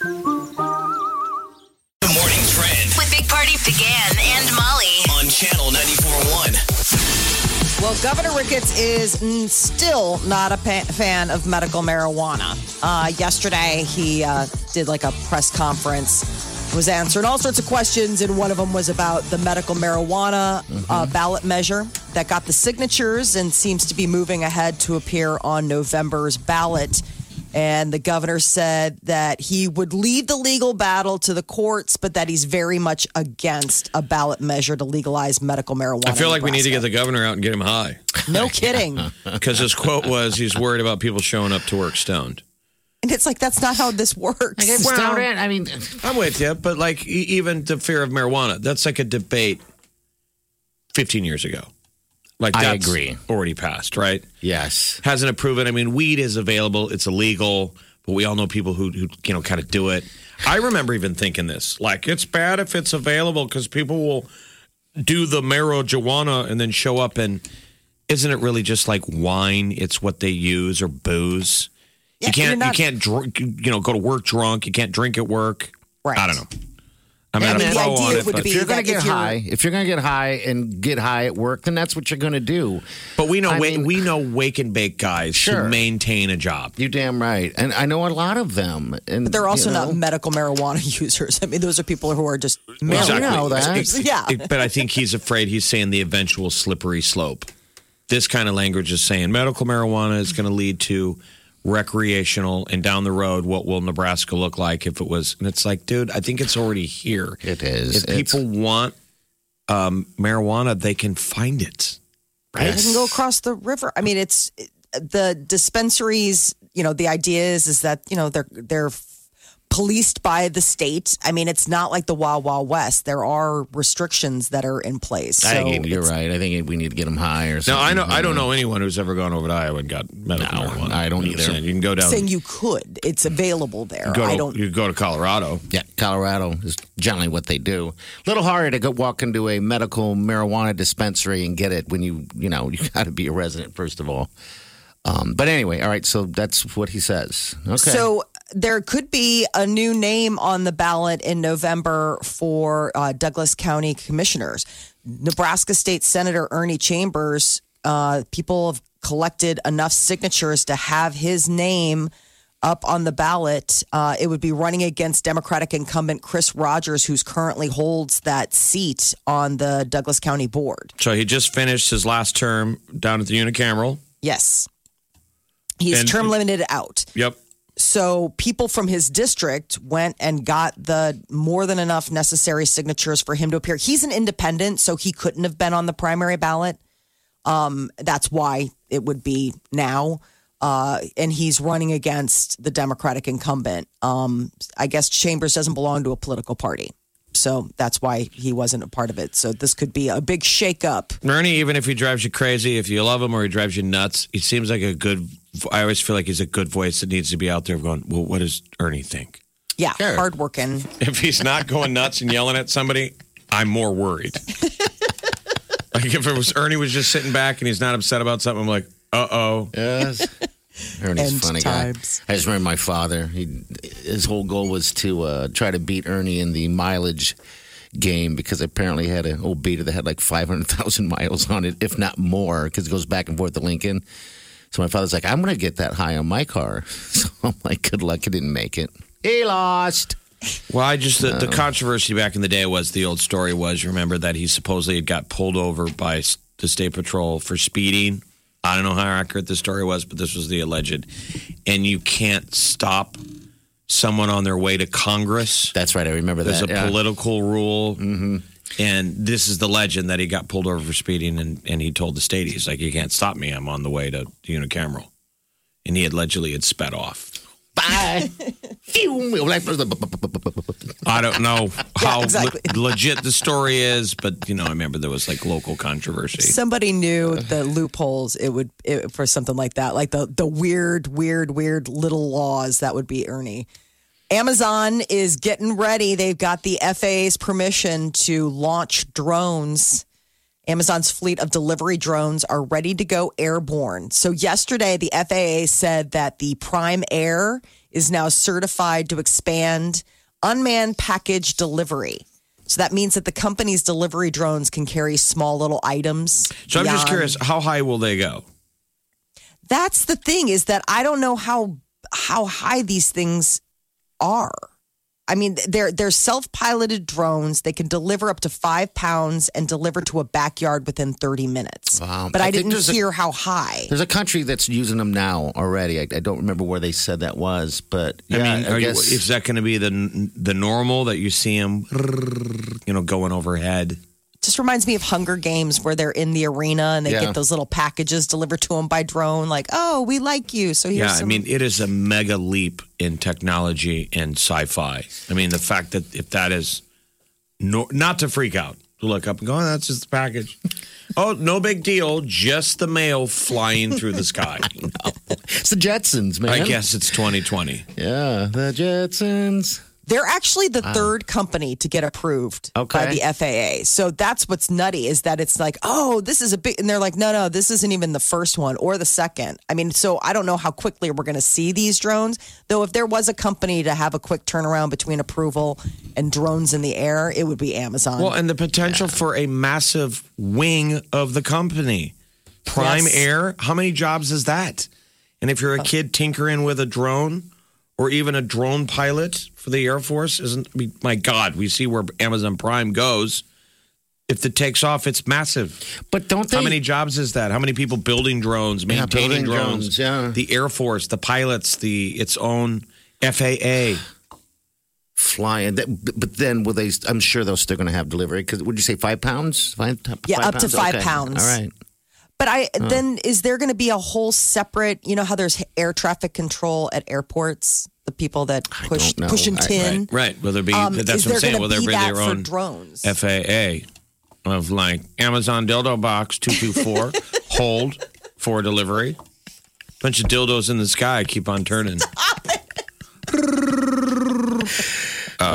The morning trend With Big Party began and Molly. on channel 941. Well, Governor Ricketts is mm, still not a pa- fan of medical marijuana. Uh, yesterday, he uh, did like a press conference, was answering all sorts of questions, and one of them was about the medical marijuana uh, ballot measure that got the signatures and seems to be moving ahead to appear on November's ballot. And the governor said that he would lead the legal battle to the courts, but that he's very much against a ballot measure to legalize medical marijuana. I feel in like we need to Nebraska. get the governor out and get him high No kidding. and because his quote was he's worried about people showing up to work stoned. it's like that's not how this works. I guess Well- don't it? I mean, I'm with you, but like e- even the fear of marijuana, that's like a debate 15 years ago. Like I that's agree. already passed, right? yes. Hasn't it proven? I mean, weed is available, it's illegal, but we all know people who who you know kind of do it. I remember even thinking this, like it's bad if it's available because people will do the marijuana and then show up and isn't it really just like wine? It's what they use or booze. Yeah, you can't you're not- you can't dr- you know go to work drunk. You can't drink at work. Right. I don't know. I'm Yeah, not I a mean, the pro on idea it, would but, be- If you're that going to get if you're- high, if you're going to get high and get high at work, then that's what you're going to do. but we know I wa- mean- we know wake and bake guys Sure. to maintain a job. You damn right. And I know a lot of them. And But they're also you know, not medical marijuana users. I mean, those are people who are just Well, marijuana. we know that. It- it- Yeah. it- but I think he's afraid he's saying the eventual slippery slope. This kind of language is saying medical marijuana is going to lead to recreational and down the road what will Nebraska look like if it was and it's like dude I think it's already here. It is. If people want um, marijuana they can find it. They can go across the river. I mean, it's the dispensaries. You know, the idea is is that you know they're they're policed by the state. I mean, it's not like the Wild Wild West. There are restrictions that are in place. I think So you're right. I think we need to get them high or Now something. I know I don't know anyone who's ever gone over to Iowa and got medical No, marijuana. I don't You know what I'm either. saying? You can go down saying you could, it's available there. go to, I don't. you go to Colorado. Yeah, Colorado is generally what they do. Little harder to go walk into a medical marijuana dispensary and get it when you, you know, you got to be a resident first of all. Um, but anyway, all right. So that's what he says. Okay. So there could be a new name on the ballot in November for uh, Douglas County commissioners. Nebraska State Senator Ernie Chambers, uh, people have collected enough signatures to have his name up on the ballot. Uh, it would be running against Democratic incumbent Chris Rogers, who's currently holds that seat on the Douglas County board. So he just finished his last term down at the unicameral. Yes. He's And- term limited out. Yep. So people from his district went and got the more than enough necessary signatures for him to appear. He's an independent, so he couldn't have been on the primary ballot. Um, that's why it would be now. Uh, and he's running against the Democratic incumbent. Um, I guess Chambers doesn't belong to a political party. So that's why he wasn't a part of it. So this could be a big shakeup. Ernie, even if he drives you crazy, if you love him or he drives you nuts, he seems like a good. I always feel like he's a good voice that needs to be out there going, well, what does Ernie think? Yeah, Sure. hard working. If he's not going nuts and yelling at somebody, I'm more worried. like if it was Ernie was just sitting back and he's not upset about something, I'm like, uh oh. Yes. Ernie's a End funny times. guy. I just remember my father. He, his whole goal was to uh, try to beat Ernie in the mileage game because apparently he had an old beater that had like 500,000 miles on it, if not more, because it goes back and forth to Lincoln. So my father's like, I'm going to get that high on my car. So I'm like, good luck. He didn't make it. He lost. Well, I just the, the controversy back in the day was the old story was remember that he supposedly had got pulled over by s- the state patrol for speeding. I don't know how accurate the story was, but this was the alleged. And you can't stop someone on their way to Congress. That's right. I remember There's a that. yeah. political rule. Mm-hmm. And this is the legend that he got pulled over for speeding, and, and he told the state, he's like, You can't stop me. I'm on the way to unicameral. And he allegedly had sped off. Bye. Phew. Like, I don't know how exactly. le- legit the story is, but you know, I remember there was like local controversy. Somebody knew the loopholes it would it, for something like that, like the the weird, weird, weird little laws that would be Ernie. Amazon is getting ready. They've got the FAA's permission to launch drones. Amazon's fleet of delivery drones are ready to go airborne. So, yesterday, the FAA said that the Prime Air is now certified to expand unmanned package delivery. So, that means that the company's delivery drones can carry small little items. So I'm just beyond- curious, how high will they go? That's the thing is that I don't know how how high these things are. I mean, they're they're self-piloted drones. They can deliver up to five pounds and deliver to a backyard within thirty minutes. Wow. But I, I think didn't there's a- hear how high. There's a country that's using them now already. I, I don't remember where they said that was, but yeah, I mean, are you, guess- is that going to be the the normal that you see them, you know, going overhead? Just reminds me of Hunger Games where they're in the arena and they Yeah. get those little packages delivered to them by drone. Like, oh, we like you. So here's Yeah, I some mean, it is a mega leap in technology and sci-fi. I mean, the fact that if that is no, not to freak out, to look up and go, oh, that's just the package. oh, no big deal, just the mail flying through the sky. it's the Jetsons, man. I guess it's 2020. Yeah, the Jetsons. They're actually the third company to get approved by Okay. the FAA. So that's what's nutty is that it's like, oh, this is a big, and they're like, no, no, this isn't even the first one or the second. I mean, so I don't know how quickly we're going to see these drones. Though, if there was a company to have a quick turnaround between approval and drones in the air, it would be Amazon. Well, and the potential for a massive wing of the company. Prime Yes. Uh, Air, how many jobs is that? And if you're a kid tinkering with a drone or even a drone pilot for the Air Force, isn't I mean, my God, we see where Amazon Prime goes. If it takes off, it's massive. But don't they? how many jobs is that? How many people building drones, maintaining building drones? drones, yeah. The Air Force, the pilots, the its own FAA. flying? That, but then will they? I'm sure they're still going to have delivery. Because would you say five pounds? Five, Yeah, five up to five Okay. pounds. All right. But I then is there going to be a whole separate? You know how there's air traffic control at airports, the people that push don't know. push and I- tin. Right. Will there be? Um, is that's what there I'm saying. going Will to there be be that their for own drones? FAA of like Amazon dildo box 224 hold for delivery. Bunch of dildos in the sky keep on turning. Uh,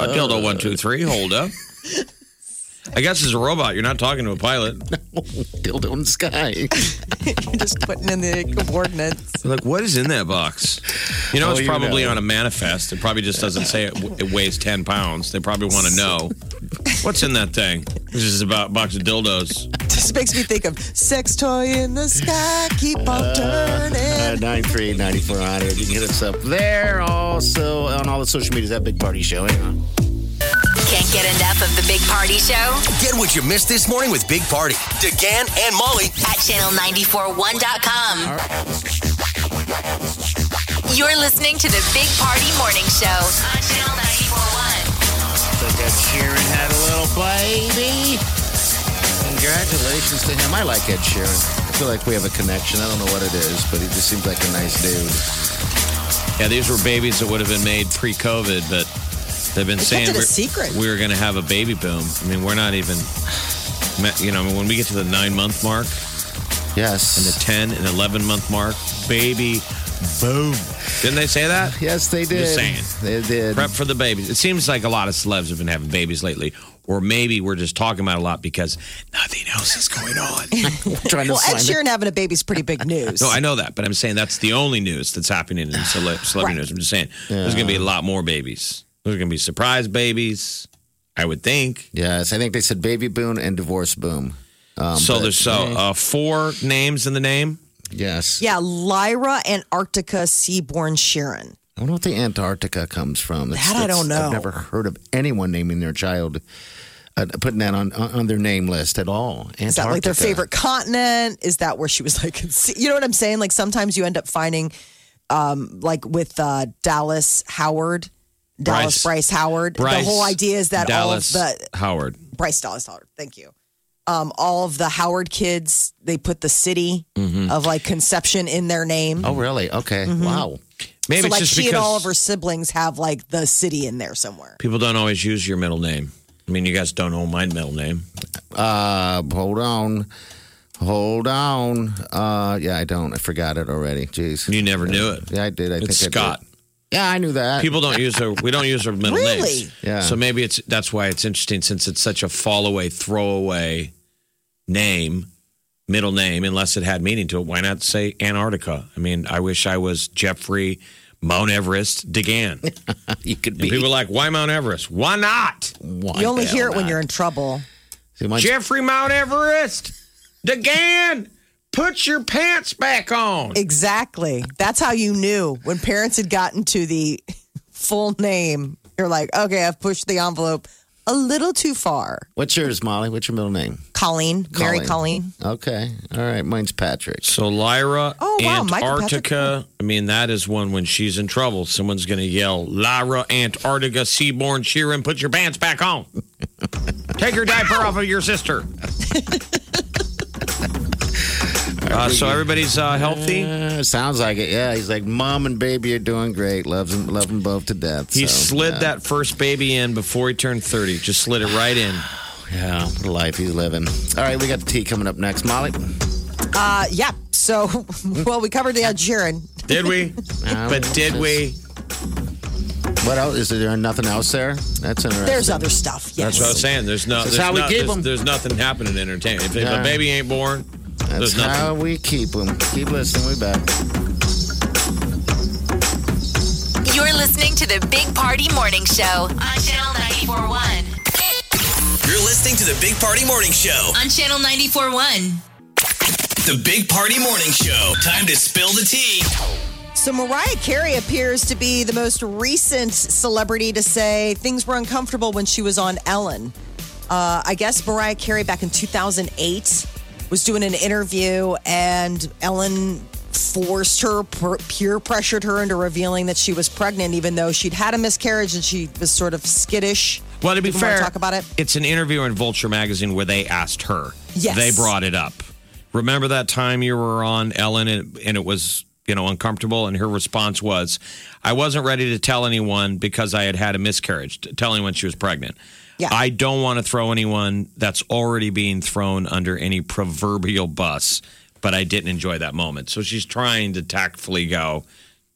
dildo 123 hold up. I guess as a robot, you're not talking to a pilot. Dildo in the sky. just putting in the coordinates. Like, what is in that box? You know, Oh, it's you probably know. on a manifest. It probably just doesn't say it, it weighs 10 pounds. They probably want to know what's in that thing. This is about box of dildos. This makes me think of sex toy in the sky, keep on turning. Nine three ninety four hundred. You can hit us up there. Also on all the social medias at Big Party Show. Hang on. Can't get enough of the Big Party Show Get what you missed this morning with Big Party, DeGan and Molly at channel941.com. You're listening to the Big Party Morning Show on Channel 941. Look at Sheeran had a little baby. Congratulations to him. I like Ed Sheeran. I feel like we have a connection. I don't know what it is, but he just seems like a nice dude. Yeah, these were babies that would have been made pre-COVID, but they've been saying it a we're- secret. we were going to have a baby boom. I mean, we're not even, you know, when we get to the nine-month mark, Yes. the ten and eleven-month mark, baby boom. Didn't they say that? yes, they did. Just saying. They did. Prep for the babies. It seems like a lot of celebs have been having babies lately, or maybe we're just talking about it a lot because nothing else is going on. Trying to Well, Ed find it. Sheeran having a baby's pretty big news. No, Oh, I know that, but I'm saying that's the only news that's happening in cele- celebrity news. I'm just saying there's going to be a lot more babies. There's going to be surprise babies, I would think. Yes, I think they said baby boom and divorce boom. Um, so but- there's so uh, four names in the name. yes. yeah, Lyra Antarctica Seaborn Sheeran. I wonder what the Antarctica comes from. That I don't know. I've never heard of anyone naming their child, uh, putting that on on their name list at all. Antarctica. Is that like their favorite continent? Is that where she was like, you know what I'm saying? Like sometimes you end up finding, um, like with uh, Dallas Howard, Dallas Bryce, Bryce. Howard. Bryce, the whole idea is that Dallas all of the Howard. Bryce Dallas Howard. Thank you. Um, all of the Howard kids, Mm-hmm. they put the city of like conception in their name. Mm-hmm. Oh, really? Okay. Wow. Oh, Maybe so it's like just she and because- all of her siblings have like the city in there somewhere. People don't always use your middle name. I mean, you guys don't know my middle name. Uh, hold on. Hold on. Uh, yeah, I don't. I forgot it already. Jeez. You never knew it. Yeah, I did. I It's think I Scott. did. Yeah, I knew that. People don't use their. We don't use our middle Really? names. Yeah. So maybe it's that's why it's interesting since it's such a fall away, throwaway name, middle name, unless it had meaning to it. Why not say Antarctica? I mean, I wish I was Jeffrey Mount Everest DeGan. And you could be. people are like, why Mount Everest? Why not? Why You only the hear it hell when not? you're in trouble. See, mine's- Jeffrey Mount Everest DeGan. Put your pants back on. Exactly. That's how you knew when parents had gotten to the full name. You're like, okay, I've pushed the envelope a little too far. What's yours, Molly? What's your middle name? Colleen, Mary Colleen. Colleen. Okay. All right. Mine's Patrick. So Lyra, Oh, wow, Michael Antarctica. I mean, that is one when she's in trouble, someone's going to yell, "Lyra, Antarctica, Seaborn, Sheeran, put your pants back on. Take your diaper off of your sister." uh, so everybody's uh, healthy. Uh, sounds like it. Yeah. He's like, Mom and baby are doing great. Loves them, love them both to death. He So, slid yeah. that first baby in before he turned thirty. Just slid it right in. Yeah. What a life he's living. All right. We got the tea coming up next, Molly. Uh, yeah. So, well, we covered the Ed Sheeran. Did we? but did we? Uh, What else? Is there nothing else there? That's interesting. There's other stuff. Yes. That's what I was saying. There's no. That's There's, how we not- keep there's, 'em. there's nothing happening in entertainment. If, if Yeah. a baby ain't born, That's there's nothing. how we keep them. Keep listening. We back. You're listening to the Big Party Morning Show on Channel 941. You're listening to the Big Party Morning Show. On Channel 941. The Big Party Morning Show. Time to spill the tea. So Mariah Carey appears to be the most recent celebrity to say things were uncomfortable when she was on Ellen. Uh, I guess Mariah Carey back in 2008 was doing an interview and Ellen forced her, per- peer pressured her into revealing that she was pregnant, even though she'd had a miscarriage and she was sort of skittish. Well, to be Didn't wanna fair, talk about it. It's an interview in Vulture magazine where they asked her. Yes. they brought it up. Remember that time you were on Ellen and, and it was you know uncomfortable, and her response was, "I wasn't ready to tell anyone because I had had a miscarriage. T- Tell anyone she was pregnant. Yeah. I don't want to throw anyone that's already being thrown under any proverbial bus, but I didn't enjoy that moment. So she's trying to tactfully go."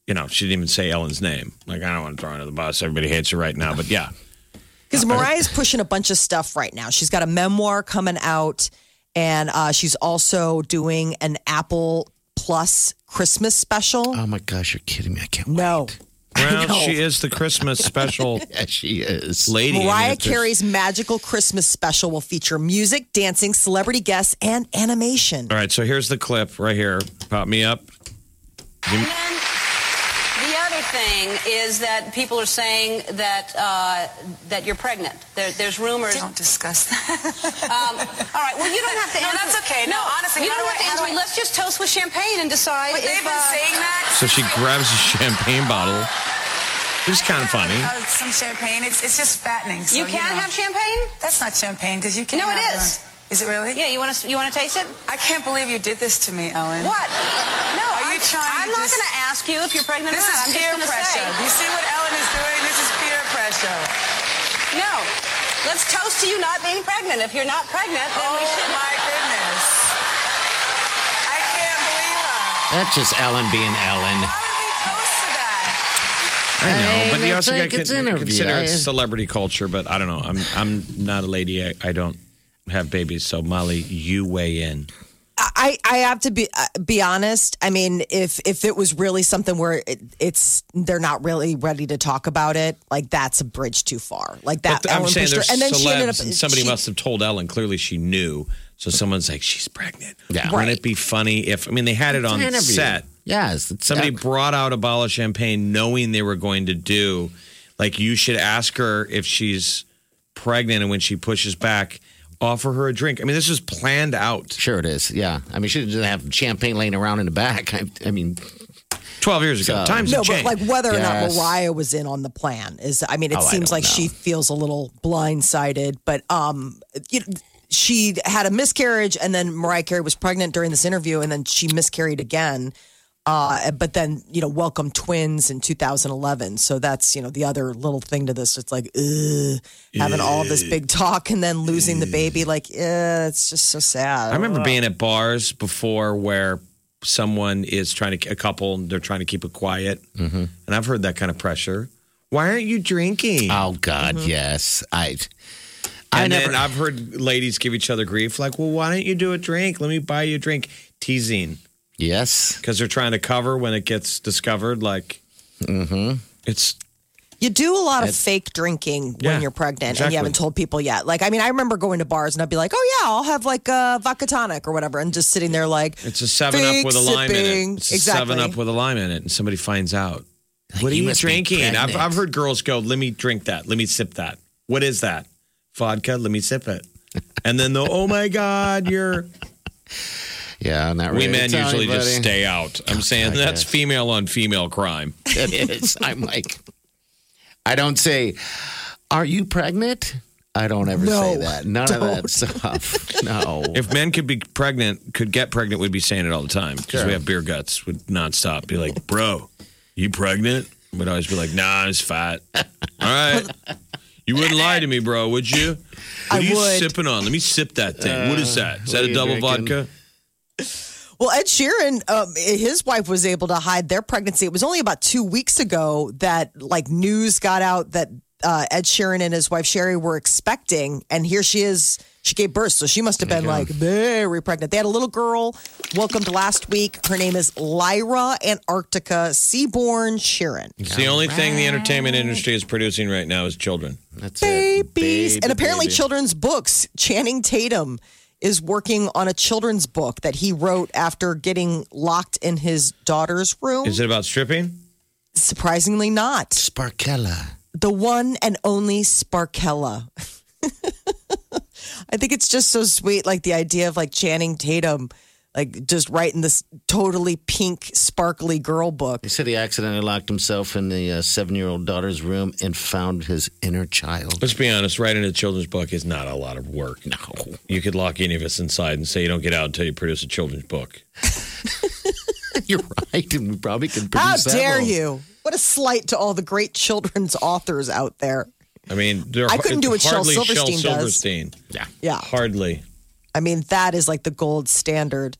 You know, she didn't even say Ellen's name. Like, I don't want to throw her under the bus. Everybody hates her right now. But yeah, Because Mariah's pushing a bunch of stuff right now. She's got a memoir coming out, and uh, she's also doing an Apple Plus Christmas special. Oh my gosh, you're kidding me. I can't wait. no. Well, know. she is the Christmas special Yeah, she is. lady. I mean, Mariah if there's- Carey's magical Christmas special will feature music, dancing, celebrity guests, and animation. All right, so here's the clip right here. Pop me up. The other thing is that people are saying that uh, that you're pregnant. There, there's rumors. Don't discuss that. Um, all right. Well, you don't have to. No, answer. that's okay. No, honestly, you how don't have do I- to how answer. do I- Let's just toast with champagne and decide. But if, they've been uh, saying that. So she grabs a champagne bottle. It's kind of funny. Uh, some champagne. It's, it's just fattening. you So, can know. have champagne. That's not champagne because you can. No, it have is. one. Is it really? Yeah, you want to you want to taste it? I can't believe you did this to me, Ellen. What? No, Are I'm, you trying I'm to not just- going to ask you if you're pregnant or This is not. I'm just peer going to pressure. say You see what Ellen is doing? This is peer pressure. no. Let's toast to you not being pregnant. If you're not pregnant, then Oh we should. my goodness. I can't believe her. That's just Ellen being Ellen. How did we toast to that? I know, but Hey, you also got to that's like it's interview. consider it's I- celebrity culture. But I don't know. I'm I'm not a lady. I, I don't have babies. So Molly, you weigh in. I, I have to be uh, be honest. I mean, if if it was really something where it, it's they're not really ready to talk about it, like that's a bridge too far. Like that. But I'm Ellen saying pushed her- and there's then she ended up. celebs, uh, and somebody she- must have told Ellen. Clearly, she knew. So someone's like, she's pregnant. Yeah. Wouldn't it be funny if? I mean, they had it on Interview. set. Yes. it's- Somebody uh, brought out a bottle of champagne knowing they were going to do, like, you should ask her if she's pregnant and when she pushes back, offer her a drink. I mean, this is planned out Sure it is. Yeah. I mean, she doesn't have champagne laying around in the back. I, I mean, 12 years ago. So- Times No, have but changed. like whether or not Yes. Mariah was in on the plan is, I mean, it Oh, I seems don't like she feels a little blindsided, but um, you she had a miscarriage and then Mariah Carey was pregnant during this interview and then she miscarried again. Uh, but then, you know, welcome twins in 2011. So that's, you know, the other little thing to this. It's like, ugh, having all this big talk and then losing the baby. Like, yeah, it's just so sad. I remember being at bars before where someone is trying to a couple and they're trying to keep it quiet, mm-hmm. and I've heard that kind of pressure. Why aren't you drinking? Oh God, yes. I I and never Mm-hmm. then I've heard ladies give each other grief, like, "Well, why don't you do a drink? Let me buy you a drink." Teasing Yes. because they're trying to cover when it gets discovered. Like, Mm-hmm. it's You do a lot of fake drinking Yeah, when you're pregnant and exactly. you haven't told people yet. Like, I mean, I remember going to bars and I'd be like, oh, yeah, I'll have like a vodka tonic or whatever. And just sitting there like, it's a seven up fake with a lime in sipping. it. It's exactly. a seven up with a lime in it, and somebody finds out. What are you you, must be drinking? I've, pregnant. I've heard girls go, "Let me drink that. Let me sip that. What is that? Vodka. Let me sip it." And then the, "Oh my God, you're." Yeah, not We really. men Tell usually just anybody. stay out. I'm saying Oh, I that's guess. female on female crime. It is. I'm like, I don't say, "Are you pregnant?" I don't ever say that. None of that stuff. No. If men could be pregnant, could get pregnant, we'd be saying it all the time because we have beer guts. Would nonstop be like, "Bro, you pregnant?" Would always be like, "Nah, I was fat." All right, you wouldn't lie to me, bro, would you? What I are you would. Uh, sipping on? Let me sip that thing. what is that? Is what that are a you double drinking? vodka? Well, Ed Sheeran, um, his wife was able to hide their pregnancy. It was only about two weeks ago that like news got out that uh, Ed Sheeran and his wife Sherry were expecting, and here she is. She gave birth, so she must have been like very pregnant. They had a little girl welcomed last week. Her name is Lyra Antarctica Seaborn Sheeran. It's the only thing the entertainment industry is producing right now is children. That's it. babies. Baby, and apparently, baby. children's books. Channing Tatum is working on a children's book that he wrote after getting locked in his daughter's room. Is it about stripping? Surprisingly, not. Sparkella. The one and only Sparkella. I think it's just so sweet, like the idea of like Channing Tatum, like just writing this totally pink, sparkly girl book. He said he accidentally locked himself in the uh, seven-year-old daughter's room and found his inner child. Let's be honest. Writing a children's book is not a lot of work. No, you could lock any of us inside and say you don't get out until you produce a children's book. You're right, and we probably could How produce dare several. you? What a slight to all the great children's authors out there. I mean, they're, I couldn't do what it's Shel hardly Silverstein Shel does. Silverstein. Yeah, Yeah. hardly. I mean, that is like the gold standard.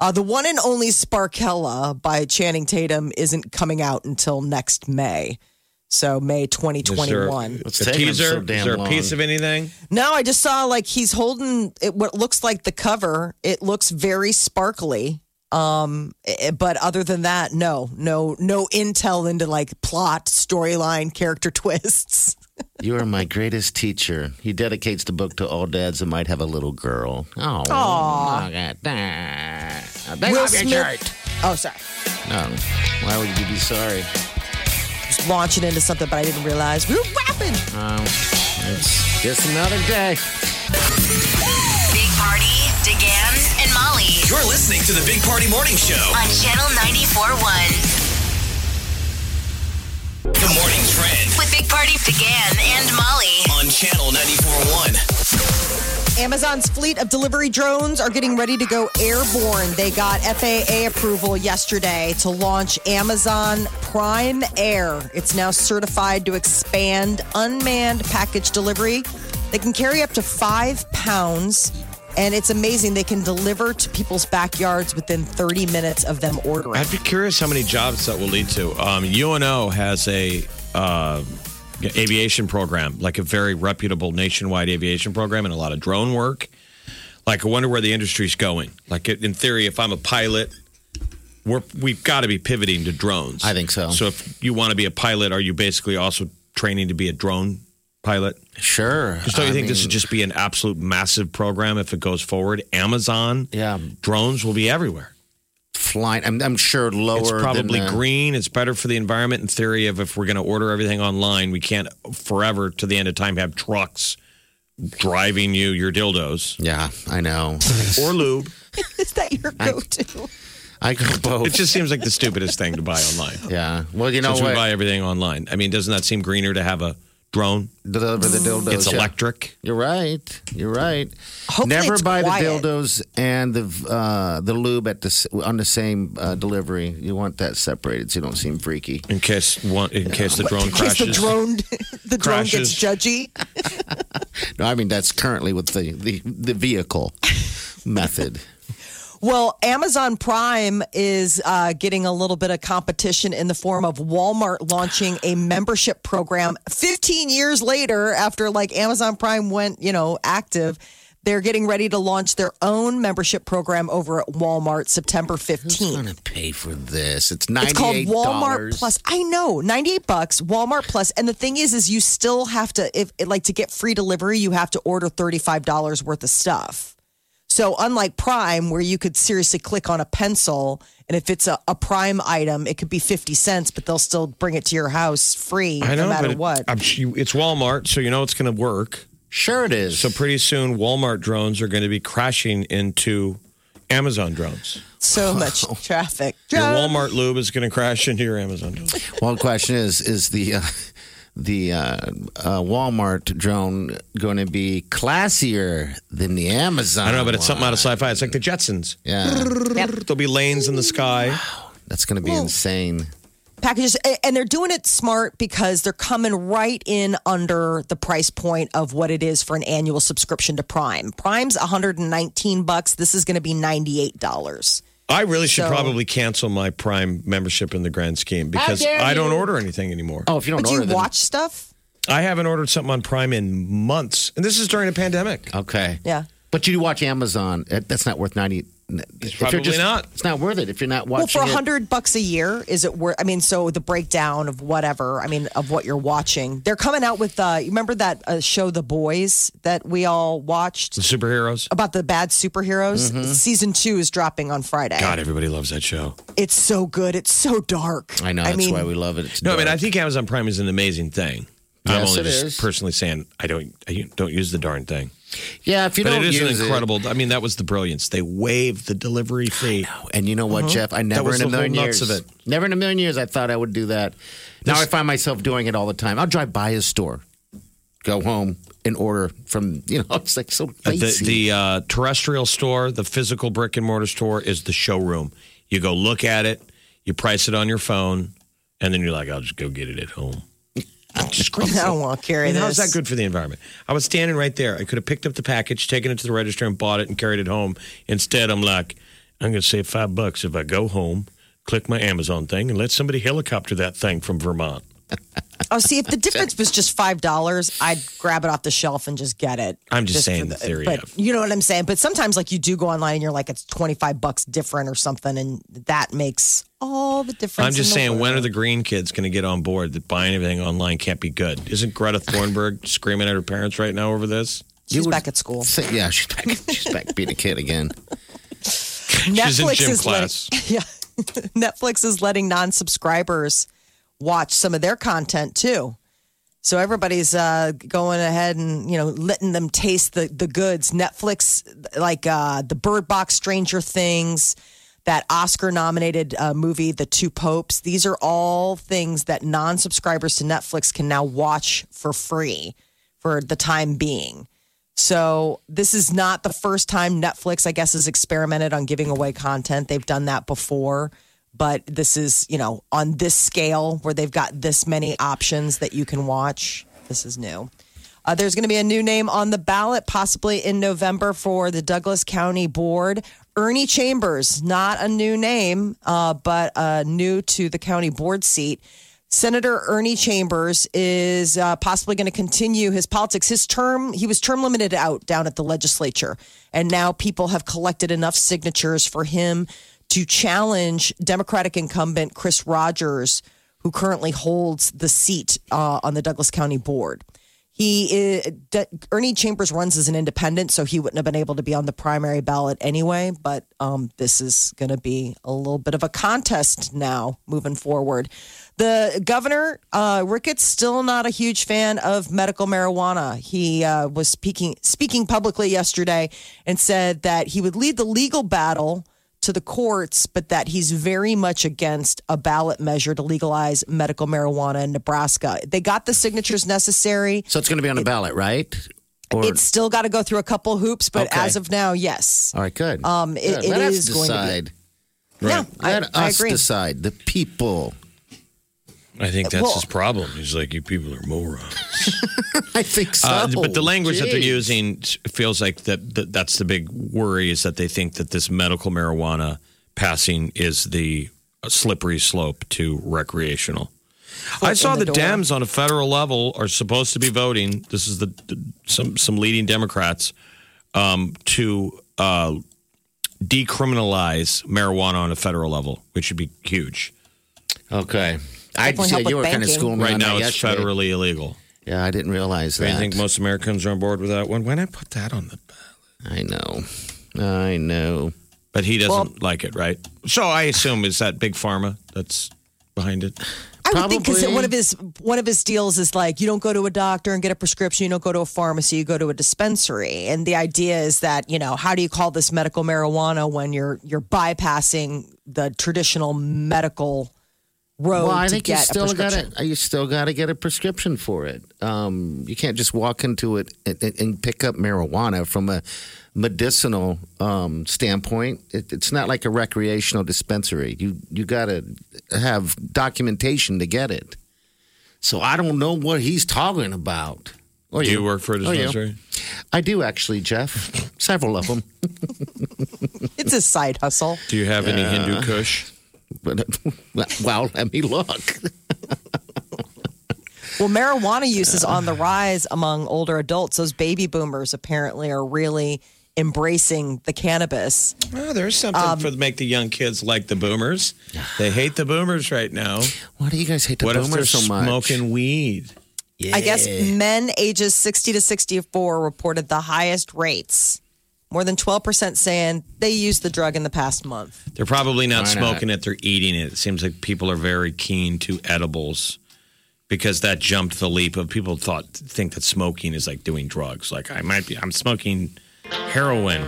Uh, the one and only Sparkella by Channing Tatum isn't coming out until next May. So, May Is there 2021. a It's taking them teaser? so damn Is there a piece of long. anything? No, I just saw like he's holding it, what looks like the cover. It looks very sparkly. Um, eh, but other than that, no, no, no intel into like plot, storyline, character twists. You are my greatest teacher. He dedicates the book to all dads that might have a little girl. Oh, look at that. Take Will off your Smith- shirt. Oh, sorry. No. Why would you be sorry? Just launching into something, but I didn't realize we were rapping. Um, it's just another day. Big Party, DeGan and Molly You're listening to the Big Party Morning Show. on Channel 94.1 The Morning Trend with Big Party, DeGan and Molly. on Channel 94.1. Amazon's fleet of delivery drones are getting ready to go airborne. They got FAA approval yesterday to launch Amazon Prime Air. It's now certified to expand unmanned package delivery. They can carry up to five pounds, and it's amazing. They can deliver to people's backyards within 30 minutes of them ordering. I'd be curious how many jobs that will lead to. Um, UNO has a uh, aviation program, like a very reputable nationwide aviation program, and a lot of drone work. Like, I wonder where the industry's going. Like, in theory, if I'm a pilot, we're, we've got to be pivoting to drones. I think so. So, if you want to be a pilot, are you basically also training to be a drone pilot? Sure. Just don't you I think this mean, would just be an absolute massive program if it goes forward? Amazon, Yeah. drones will be everywhere. flying? I'm, I'm sure lower. It's probably than, uh, green. It's better for the environment in theory. Of if we're going to order everything online, we can't forever to the end of time have trucks driving you your dildos Yeah, I know. or lube. Is that your go to? I go both. It just seems like the stupidest thing to buy online. yeah. Well, you know Since we what? buy everything online, I mean, doesn't that seem greener to have a drone. Deliver the dildos. It's Oh, yeah. electric. You're right. You're right. Hopefully Never it's buy quiet. the dildos and the uh, the lube at the s- on the same uh, delivery. You want that separated so you don't seem freaky. In case one, in case the drone Because crashes. the drone, the drone Crashes. gets judgy. No, I mean that's currently with the the, the vehicle method. Well, Amazon Prime is uh, getting a little bit of competition in the form of Walmart launching a membership program. 15 years later, after like Amazon Prime went, you know, active, they're getting ready to launch their own membership program over at Walmart September 15th. I'm gonna pay for this. It's ninety It's called eight Walmart Plus. I know, 98 bucks, Walmart Plus. And the thing is is you still have to if like to get free delivery, you have to order $35 worth of stuff. So unlike Prime where you could seriously click on a pencil and if it's a, a Prime item, it could be 50 cents, but they'll still bring it to your house free I know, no matter but it- what. I'm su- it's Walmart, so you know it's going to work. Sure, it is. So pretty soon, Walmart drones are going to be crashing into Amazon drones. so much traffic. Your Walmart lube is going to crash into your Amazon drone. Well, the question is: Is the uh, the uh, uh, Walmart drone going to be classier than the Amazon? I don't know, but it's something out one? of sci-fi. It's like the Jetsons. Yeah, There'll be lanes in the sky. that's going to be insane. packages a- and they're doing it smart because they're coming right in under the price point of what it is for an annual subscription to prime prime's 119 bucks this is going to be 98 dollars I really should So- probably cancel my Prime membership in the grand scheme because I don't order anything anymore. Oh, if you don't but do order, you then- watch stuff I haven't ordered something on Prime in months, and this is during a pandemic. okay, yeah but you do watch Amazon. That- That's not worth ninety. It's probably not. It's not worth it if you're not well watching. for it. 100 bucks a year is it worth i mean so the breakdown of whatever i mean of what you're watching they're coming out with uh you remember that uh, show the boys that we all watched The superheroes. about the bad superheroes Mm-hmm. season two is dropping on friday God, everybody loves that show. It's so good. It's so dark. I know. I That's mean, why we love it. It's No, I mean I dark. think Amazon Prime is an amazing thing. I'm Yes, only it just is. personally saying I don't I don't use the darn thing. yeah, if you But don't it is use an incredible. I mean, that was the brilliance. They waived the delivery fee. it, and you know what, Jeff? I never Uh-huh. was in a the whole million nuts years of it. Never in a million years I thought I would do that. Now This- I find myself doing it all the time. I'll drive by his store, go home, and order from you know. It's like so Uh, The, lazy. the uh, terrestrial store, the physical brick and mortar store, is the showroom. You go look at it, you price it on your phone, and then you're like, I'll just go get it at home. Just crazy. I don't want to carry And this. how's that good for the environment? I was standing right there. I could have picked up the package, taken it to the register, and bought it and carried it home. Instead, I'm like, I'm going to save five bucks if I go home, click my Amazon thing, and let somebody helicopter that thing from Vermont. Oh, see, if the difference was just five dollars, I'd grab it off the shelf and just get it. I'm just for saying the theory But of- you know what I'm saying. But sometimes, like you do go online and you're like, it's twenty five bucks different or something, and that makes all the difference. I'm just in the saying, world. when are the green kids going to get on board that buying everything online can't be good? Isn't Greta Thornburg screaming at her parents right now over this? she's back at school? So, yeah, she's back. She's back being a kid again. She's in Netflix gym is class. letting, yeah, Netflix is letting non-subscribers watch some of their content too. So everybody's uh, going ahead and you know letting them taste the the goods. Netflix, like uh, the Bird Box, Stranger Things, that Oscar-nominated uh, movie, The Two Popes. These are all things that non-subscribers to Netflix can now watch for free for the time being. So this is not the first time Netflix, I guess, has experimented on giving away content. They've done that before, but this is, you know, on this scale where they've got this many options that you can watch. This is new. Uh, there's going to be a new name on the ballot, possibly in November for the Douglas County Board. Ernie Chambers, not a new name, uh, but uh, new to the county board seat. Senator Ernie Chambers is uh, possibly going to continue his politics. His term, he was term limited out down at the legislature. And now people have collected enough signatures for him to challenge Democratic incumbent Chris Rogers, who currently holds the seat uh, on the Douglas County Board. He i- D Ernie Chambers runs as an independent, so he wouldn't have been able to be on the primary ballot anyway. But um, this is going to be a little bit of a contest now moving forward. The governor uh, Ricketts still not a huge fan of medical marijuana. He uh, was speaking speaking publicly yesterday and said that he would lead the legal battle to the courts, but that he's very much against a ballot measure to legalize medical marijuana in Nebraska. They got the signatures necessary. So it's going to be on the ballot, right? Or It's still got to go through a couple hoops, but Okay. Uh, as of now, yes. all right, good. Um, it- Good. it Let is us going to be- decide. Yeah, I, Let I us agree. decide. The people. I think that's Well- his problem. He's like, you people are morons. I think so. Uh, but the language that they're Jeez. using feels like that, that that's the big worry is that they think that this medical marijuana passing is the slippery slope to recreational. I saw in the the, door. Dems on a federal level are supposed to be voting. This is the, the- some some leading Democrats um, to uh, decriminalize marijuana on a federal level, which would be huge. Okay. I Definitely yeah, help you were with kind banking. of schooling me Right on now, that it's yesterday. federally illegal. Yeah, I didn't realize Do that. you think most Americans are on board with that one? Why not put that on the I know. I know. But he doesn't like it, right? So I assume is that big pharma that's behind it. I would think because Probably. one of his one of his deals is like you don't go to a doctor and get a prescription, you don't go to a pharmacy, you go to a dispensary, and the idea is that you know how do you call this medical marijuana when you're you're bypassing the traditional medical road Well, I to think you get a still got prescription? to you still got to get a prescription for it. Um, you can't just walk into it and, and- and pick up marijuana from a medicinal um, standpoint. It, it's not like a recreational dispensary. You you got to have documentation to get it. So I don't know what he's talking about. Or Do you work for a Or you. dispensary? I do actually, Jeff. Several of them. It's a side hustle. Do you have any Hindu Kush? But wow, let me look. Well, marijuana use is on the rise among older adults. Those baby boomers apparently are really embracing the cannabis. Oh, there's something Um, for make the young kids like the boomers. They hate the boomers right now. Why do you guys hate the what if they're boomers so much? smoking weed? I guess men ages 60 to 64 reported the highest rates. More than 12% saying they used the drug in the past month. They're probably not Why not? smoking it. They're eating it. It seems like people are very keen to edibles because that jumped the leap of people thought think that smoking is like doing drugs. Like I might be, I'm smoking heroin,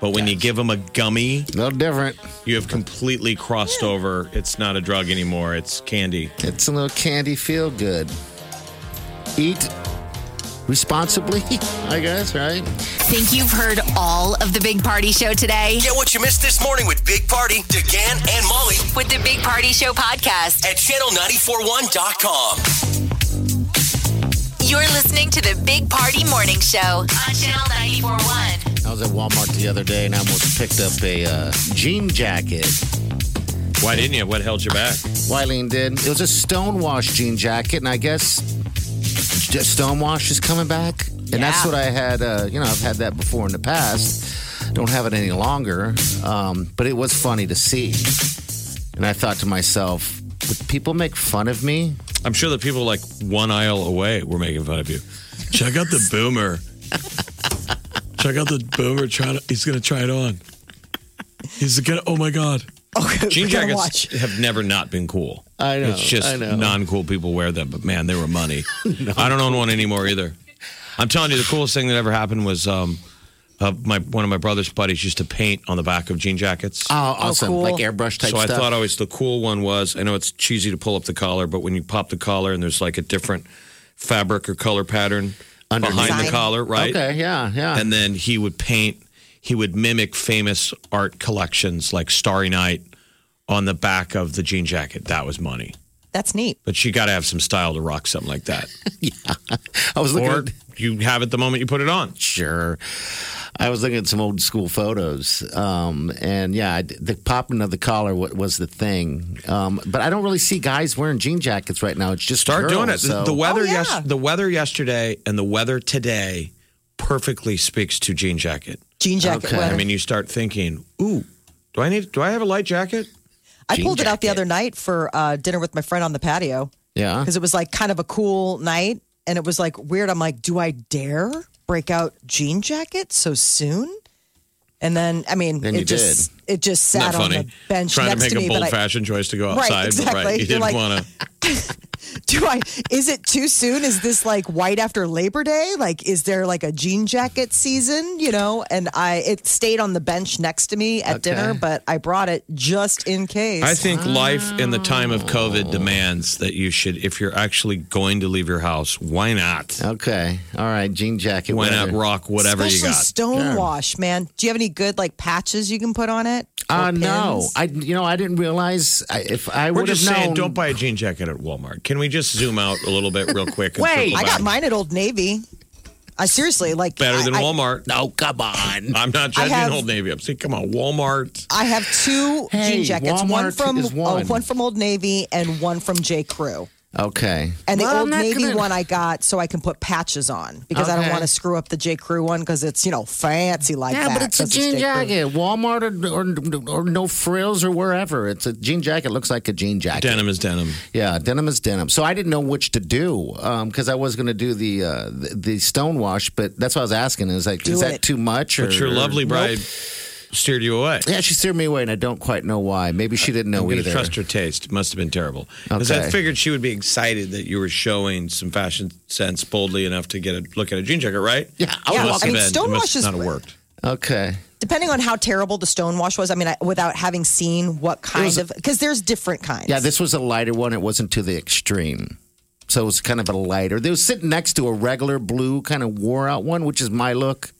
but when you give them a gummy, A little different. You have completely crossed over. It's not a drug anymore. It's candy. It's a little candy feel good. Eat responsibly, I guess, right? Think you've heard all of the Big Party Show today? Get what you missed this morning with Big Party, DeGan, and Molly With the Big Party Show podcast, at channel941.com. you're listening to the Big Party Morning Show on Channel 941. I was at Walmart the other day and I almost picked up a uh, jean jacket. Why didn't you? What held you back? Wileen did. It was a Stonewash jean jacket, and I guess J- Stonewash is coming back. And that's Yeah. what I had. Uh, you know, I've had that before in the past. Don't have it any longer. Um, but it was funny to see. And I thought to myself, would people make fun of me? I'm sure that people like one aisle away were making fun of you. Check out the boomer. Check out the boomer trying to, he's going to try it on. He's going to, oh my God. Okay, Jean we're gonna jackets watch. have never not been cool. I know, It's just I know. non cool people wear them, but man, they were money. I don't own one anymore either. I'm telling you, the coolest thing that ever happened was um, uh, my one of my brother's buddies used to paint on the back of jean jackets. Oh, awesome! cool. Like airbrush type so stuff. I thought always the cool one was I know it's cheesy to pull up the collar, but when you pop the collar and there's like a different fabric or color pattern Underneath. behind the Design. collar, right? Okay, yeah, yeah. And then he would paint, he would mimic famous art collections like Starry Night on the back of the jean jacket. That was money. That's neat. But you got to have some style to rock something like that. I was looking or at, you have it the moment you put it on. sure. I was looking at some old school photos, um, and yeah, I, the popping of the collar wa- was the thing. Um, but I don't really see guys wearing jean jackets right now. It's just Start girls, doing it. so- The weather, Oh, yeah. yes, the weather yesterday and the weather today perfectly speaks to jean jacket. Jean jacket Okay. weather. I I, mean, you start thinking, ooh, do I need, do I have a light jacket? pulled it out the jacket. other night for uh, dinner with my friend on the patio yeah. because it was like kind of a cool night and it was like weird. I'm like, do I dare break out jean jacket so soon? And then, I mean, Then you it just it just Not sat on funny. the bench Trying to next make to a me, but bold I- fashioned choice to go Right, outside, but exactly. right, you You're didn't like- want to. Do I? Is it too soon? Is this like white after Labor Day? Like, is there like a jean jacket season? You know, and I it stayed on the bench next to me at dinner, but I brought it just in case. I think life in the time of COVID demands that you should, if you're actually going to leave your house, why not? Okay. All right. Jean jacket. Why weather. not rock whatever Especially you got? stonewash, man. Do you have any good like patches you can put on it? Or Uh, no, pins? I you know I didn't realize I, if I We're would have just known. saying, don't buy a jean jacket at Walmart. Can we just zoom out a little bit, real quick? and Wait. circle I back? got mine at Old Navy. I seriously like Better I- than I- Walmart. No, come on. I'm not judging have- Old Navy. I'm saying, come on, Walmart. I have two Hey, jean jackets, one Walmart from oh, is one. one. one from Old Navy and one from J. Crew. Okay. And the Well, Old I'm not Navy gonna- one I got so I can put patches on because I don't Okay. want to screw up the J. Crew one because it's you know fancy like Yeah, that. but it's a 'cause jean J. Crew. jacket. Walmart or, or or no frills or wherever. It's a jean jacket. Looks like a jean jacket. Denim is denim. Yeah, denim is denim. So I didn't know which to do because I was going to do the, uh, the the stone wash, but that's what I was asking. Is like, Do is it. that too much? Or, But Er, your lovely Nope. bride steered you away. Yeah, she steered me away, and I don't quite know why. Maybe she didn't know I'm going either. to trust her taste. Must have been terrible. Because I Okay. figured she would be excited that you were showing some fashion sense boldly enough to get a look at a jean jacket, right? Yeah, I Yeah, would well, walk I mean, Then it Stonewash must is- not have worked. Okay. Depending on how terrible the stonewash was, I mean, I, without having seen what kind was- of because there's different kinds. Yeah, this was a lighter one. It wasn't to the extreme. So it was kind of a lighter. They was sitting next to a regular blue kind of wore out one, which is my look.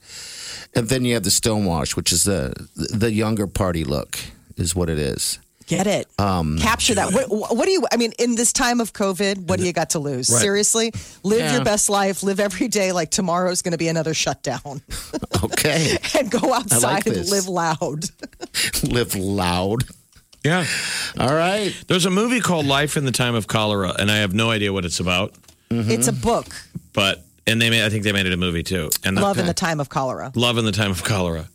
And then you have the stonewash, which is the the younger party look, is what it is. get it, um, capture that. What, what do you? I mean, in this time of COVID, what do you got to lose? Seriously, live your Yeah. best life. Live every day like tomorrow's going to be another shutdown, Okay. and go outside and this. live loud. Live loud. Yeah. All right. There's a movie called Life in the Time of Cholera, and I have no idea what it's about. Mm-hmm. It's a book, But and they made, I think they made it a movie too. And Love in the Time of Cholera. Love in the Time of Cholera,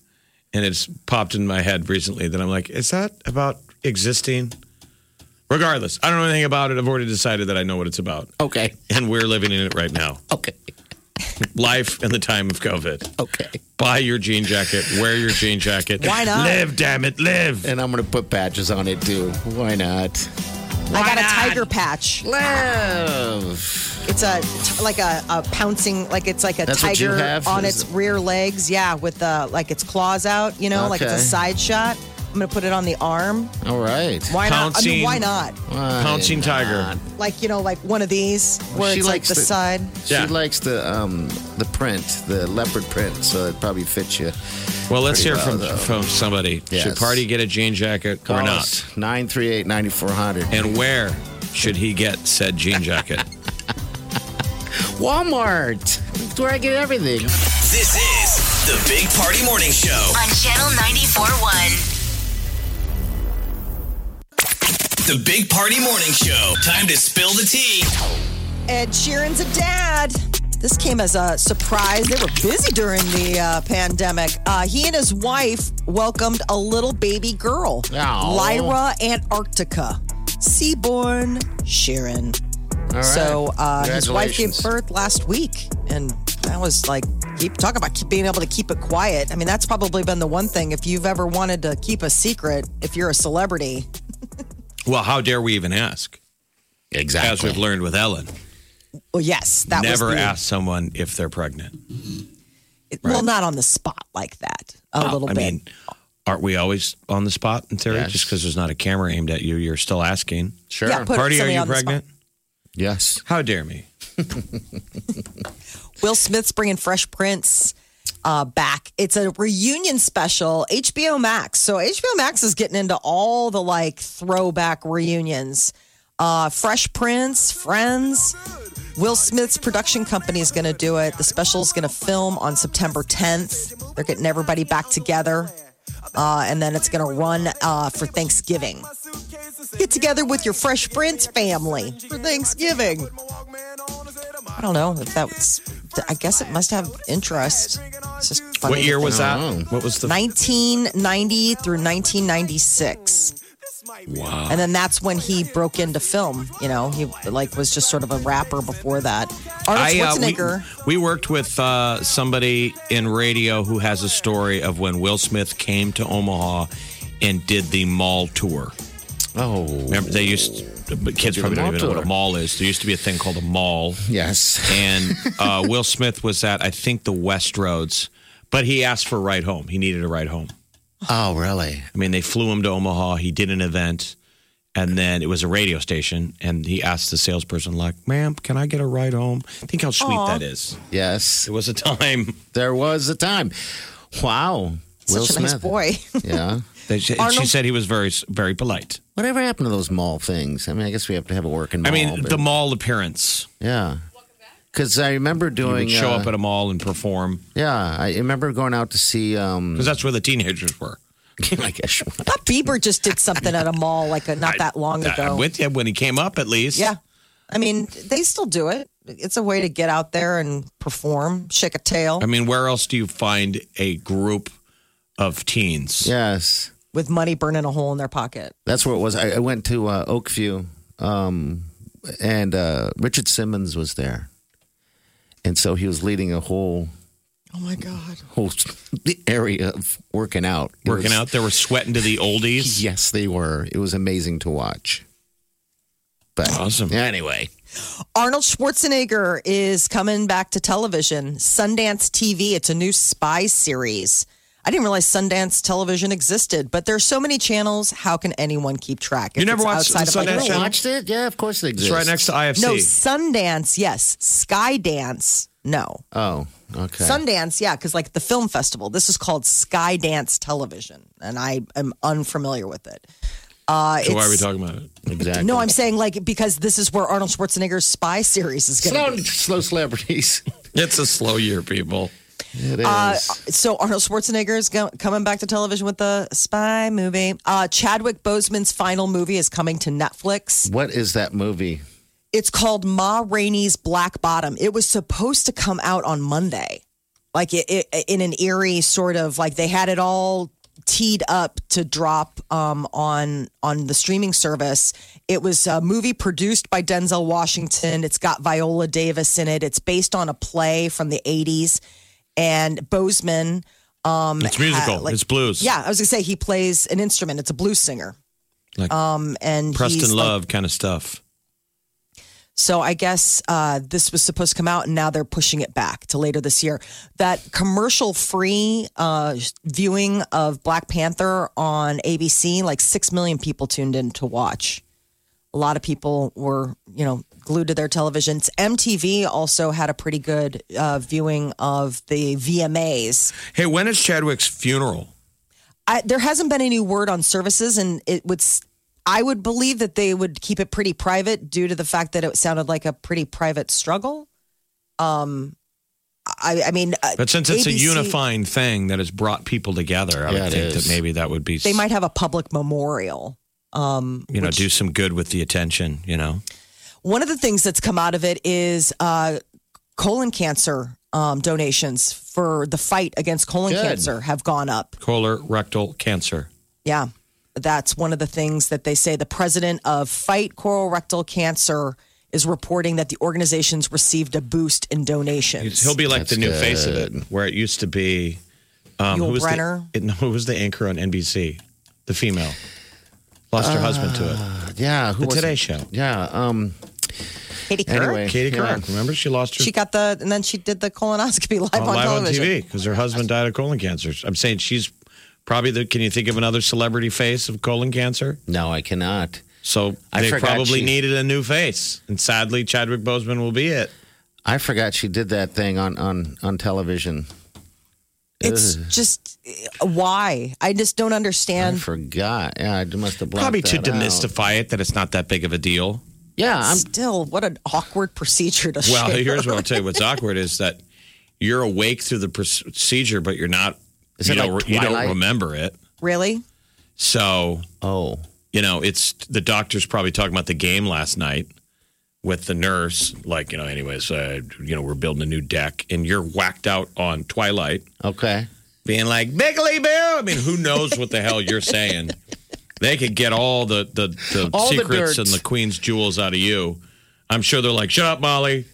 and it's popped in my head recently that I'm like, is that about existing? Regardless, I don't know anything about it. I've already decided that I know what it's about, Okay. and we're living in it right now. Okay. Life in the time of COVID. Okay. Buy your jean jacket. Wear your jean jacket. Why not? Live, damn it, live. And I'm going to put badges on it too. Why not? I got a tiger patch. Live. It's a t- like a, a pouncing, like it's like a That's what you tiger have? on Is its it- rear legs. Yeah, with the like its claws out. You know, like it's a Okay. side shot. I'm gonna put it on the arm. All right. Why not? I mean, Pouncing. why not? Why Pouncing tiger. not? Like you know, like one of these where She it's like likes the, the- side. She Yeah. likes the um the print, the leopard print, so it probably fits you. Well, let's hear Pretty from well, though. from somebody. Yes. Should Party get a jean jacket or not? 938 9400. And where should he get said jean jacket? Walmart. That's where I get everything. This is the Big Party Morning Show. On Channel 94.1. The Big Party Morning Show. Time to spill the tea. Ed Sheeran's a dad. This came as a surprise. They were busy during the uh, pandemic. Uh, he and his wife welcomed a little baby girl, Aw. Lyra Antarctica, Seaborn Sheeran. All right. So uh, his wife gave Congratulations. birth last week, and I was like, keep talking about keep being able to keep it quiet. I mean, that's probably been the one thing if you've ever wanted to keep a secret. If you're a celebrity, well, how dare we even ask? As Exactly. we've learned with Ellen, well, yes, that never was the, ask someone if they're pregnant. Well, not on the spot like that. A little I bit. mean, aren't we always on the spot in theory? Yes. Just because there's not a camera aimed at you, you're still asking. Sure. Yeah, put Party, are somebody you on the spot. pregnant? yes. How dare me? Will Smith's bringing Fresh Prince uh, back. It's a reunion special, HBO Max. So HBO Max is getting into all the like throwback reunions. Uh, Fresh Prince, Friends. Will Smith's production company is going to do it. The special is going to film on September 10th. They're getting everybody back together. Uh, and then it's going to run uh, for Thanksgiving. Get together with your Fresh Prince family for Thanksgiving. I don't know if that was. I guess it must have interest. It's just funny What year to was think. that? don't know. What was the 1990 through 1996 wow? and then that's when he broke into film. You know, he like was just sort of a rapper before that. Arnold I, uh, Schwarzenegger. we, we worked with uh, somebody in radio who has a story of when Will Smith came to Omaha and did the mall tour. Oh. Remember, they used kids probably don't even know what tour. a mall is. There used to be a thing called a mall. Yes. And uh, Will Smith was at, I think, the West Roads, but he asked for a ride home. He needed a ride home. Oh, really? I mean, they flew him to Omaha. He did an event, and then it was a radio station. And he asked the salesperson, like, "Ma'am, can I get a ride home?" Think how sweet that is. Yes. It was a time. There was a time. Wow. Will Such a Smith. nice boy. Yeah. They- she, she Arnold- said he was very, very polite. Whatever happened to those mall things? I mean, I guess we have to have a working mall. I mean, but- the mall appearance. Yeah. Because I remember You doing. would show uh, up at a mall and perform Yeah, I remember going out to see. Um, because that's where the teenagers were. I guess. Thought Bieber just did something at a mall like uh, not that long I- ago. I'm with you when he came up, at least. yeah. I mean, they still do it. It's a way to get out there and perform, shake a tail I mean, where else do you find a group of teens? Yes, with money burning a hole in their pocket. that's where it was. I, I went to uh, Oakview, um, and uh, Richard Simmons was there, and so he was leading a whole Oh my God. whole area of working out. It Working was- out, they were sweating to the oldies. Yes, they were. It was amazing to watch. But Awesome. Anyway, Arnold Schwarzenegger is coming back to television. Sundance TV, it's a new spy series. I didn't realize Sundance television existed, but there's so many channels. How can anyone keep track? You never watched it's outside of Sundance like, I Channel? watched it. Yeah, of course it It's exists. right next to IFC. No, Sundance, yes. Skydance, no. Oh, okay. Sundance, yeah, because like the film festival, this is called Skydance Television, and I am unfamiliar with it. Uh, so why are we it's- talking about it? exactly. No, I'm saying like because this is where Arnold Schwarzenegger's spy series is going to slow, be. slow celebrities. It's a slow year, people. It is. Uh, so Arnold Schwarzenegger is go- coming back to television with the spy movie. Uh, Chadwick Boseman's final movie is coming to Netflix. what is that movie? It's called Ma Rainey's Black Bottom. It was supposed to come out on Monday, like it, it, in an eerie sort of like they had it all teed up to drop um, on on the streaming service. It was a movie produced by Denzel Washington. It's got Viola Davis in it. It's based on a play from the '80s, and Bozeman. Um, It's musical. ha- like- it's blues. yeah, I was gonna say he plays an instrument. It's a blues singer. Like Um, and Preston he's like- Love kind of stuff. so I guess uh, this was supposed to come out, and now they're pushing it back to later this year. That commercial-free uh, viewing of Black Panther on ABC, like six million people tuned in to watch. A lot of people were, you know, glued to their televisions. MTV also had a pretty good uh, viewing of the VMAs. Hey, when is Chadwick's funeral? I, there hasn't been any word on services, and it would. s- I would believe that they would keep it pretty private due to the fact that it sounded like a pretty private struggle. Um, I, I mean, uh, But since it's a ABC, unifying thing that has brought people together, I Yeah, would it think is. that maybe that would be they might have a public memorial. you know do some good with the attention. You know, One of the things that's come out of it is uh, colon cancer um, donations for the fight against colon Good. cancer have gone up. colorectal cancer. Yeah. That's one of the things that they say. The president of Fight Colorectal Cancer is reporting that the organization's received a boost in donations. He'll be like the new That's face of it, where it used to be. Um, Yul who was Brynner? The, it- no, who was the anchor on NBC? The female lost her husband to it. Yeah, who The was Today it? Show. Yeah. Um. Katie Couric. Anyway, Katie yeah. Couric. Remember, she lost her She got the, and then she did the colonoscopy live on on Oh, live television. on TV because her husband died of colon cancer. I'm saying she's probably the. Can you think of another celebrity face of colon cancer? No, I cannot. So I they forgot probably she- needed a new face, and sadly, Chadwick Boseman will be it. I forgot she did that thing on on on television. It's just uh, why I just don't I understand. forgot. Yeah, I must have blocked Probably to that out. demystify it that it's not that big of a deal. Yeah, I'm, Still, what an awkward procedure to Well, share. here's what I'll tell you. What's awkward is that you're awake through the procedure, but you're not. Is you, it don't, like you don't Twilight? remember it. really? So oh, you know, it's the doctor's probably talking about the game last night with the nurse. Like, you know, anyways, uh, you know, we're building a new deck, and you're whacked out on Twilight, okay. being like Biggly Bill. I mean, who knows what the hell you're saying? They could get all the the, the All the secrets and dirt. the queen's jewels out of you. I'm sure they're like, shut up, Molly.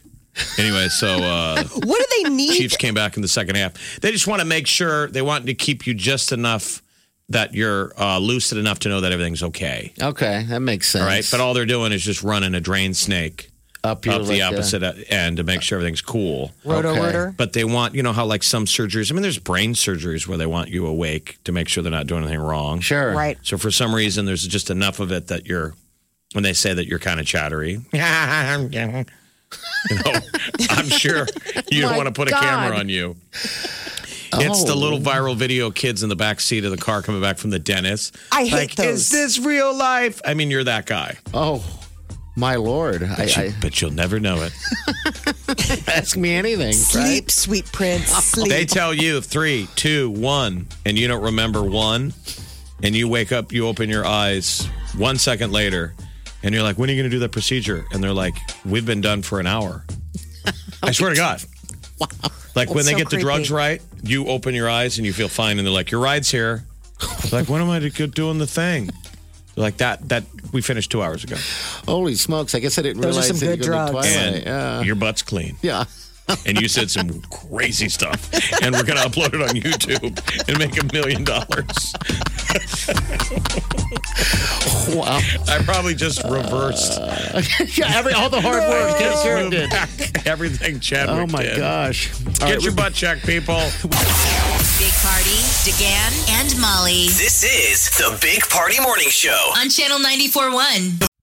Anyway, so uh, What do they need? Chiefs came back in the second half. They just want to make sure they want to keep you just enough that you're uh, lucid enough to know that everything's okay. Okay, that makes sense. All right, but all they're doing is just running a drain snake up, your, up the like, uh, opposite end to make sure everything's cool. Roto Okay. Rooter. But they want, you know, how like some surgeries, I mean, there's brain surgeries where they want you awake to make sure they're not doing anything wrong. sure. Right. So for some reason, there's just enough of it that you're, when they say that you're kind of chattery, you know, I'm sure you don't My want to put a God. camera on you. It's the Oh. little viral video kids in the back seat of the car coming back from the dentist. I hate like, those. Is this real life? I mean, you're that guy, Oh, my lord! I, but, you, I but you'll never know it. ask me anything. Sleep, sweet prince. Sleep. They tell you three, two, one, and you don't remember one, and you wake up, you open your eyes one second later, and you're like, "When are you going to do that procedure?" And they're like, "We've been done for an hour." I swear to God. Like when That's they so get the creepy. drugs right, you open your eyes and you feel fine, and they're like, "Your ride's here." like, when am I to get doing the thing? They're like that. That we finished two hours ago, Holy smokes! I guess I didn't Those are realize some that you good go to drugs. Twilight. and uh, Yeah. your butt's clean. yeah. and you said some crazy stuff, and we're going to upload it on YouTube and make a million dollars. Wow. I probably just reversed yeah. Every all the hard work. Yes, sure it did. back everything Chadwick Oh my did. gosh! All Get right, your we- butt checked, people. Big Party, DeGan, and Molly This is the Big Party Morning Show. on Channel 94.1.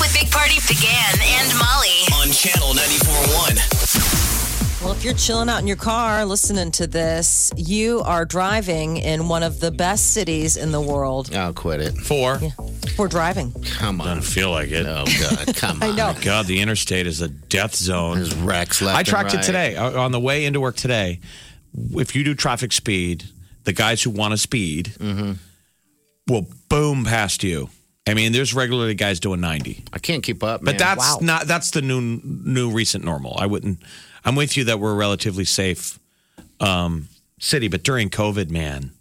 With Big Party, DeGan, and Molly. on Channel 94.1. Well, if you're chilling out in your car listening to this, you are driving in one of the best cities in the world I'll quit it. Four. for driving. Come on. Doesn't feel like it. Oh God! Come on. I know. God, the interstate is a death zone. There's wrecks left. I and tracked it right. today uh, on the way into work today. If you do traffic speed, the guys who want to speed Mm-hmm. will boom past you. I mean, there's regularly guys doing 90. I can't keep up. But man. that's not that's the new new recent normal. I wouldn't. I'm with you that we're a relatively safe um, city, but during COVID, man,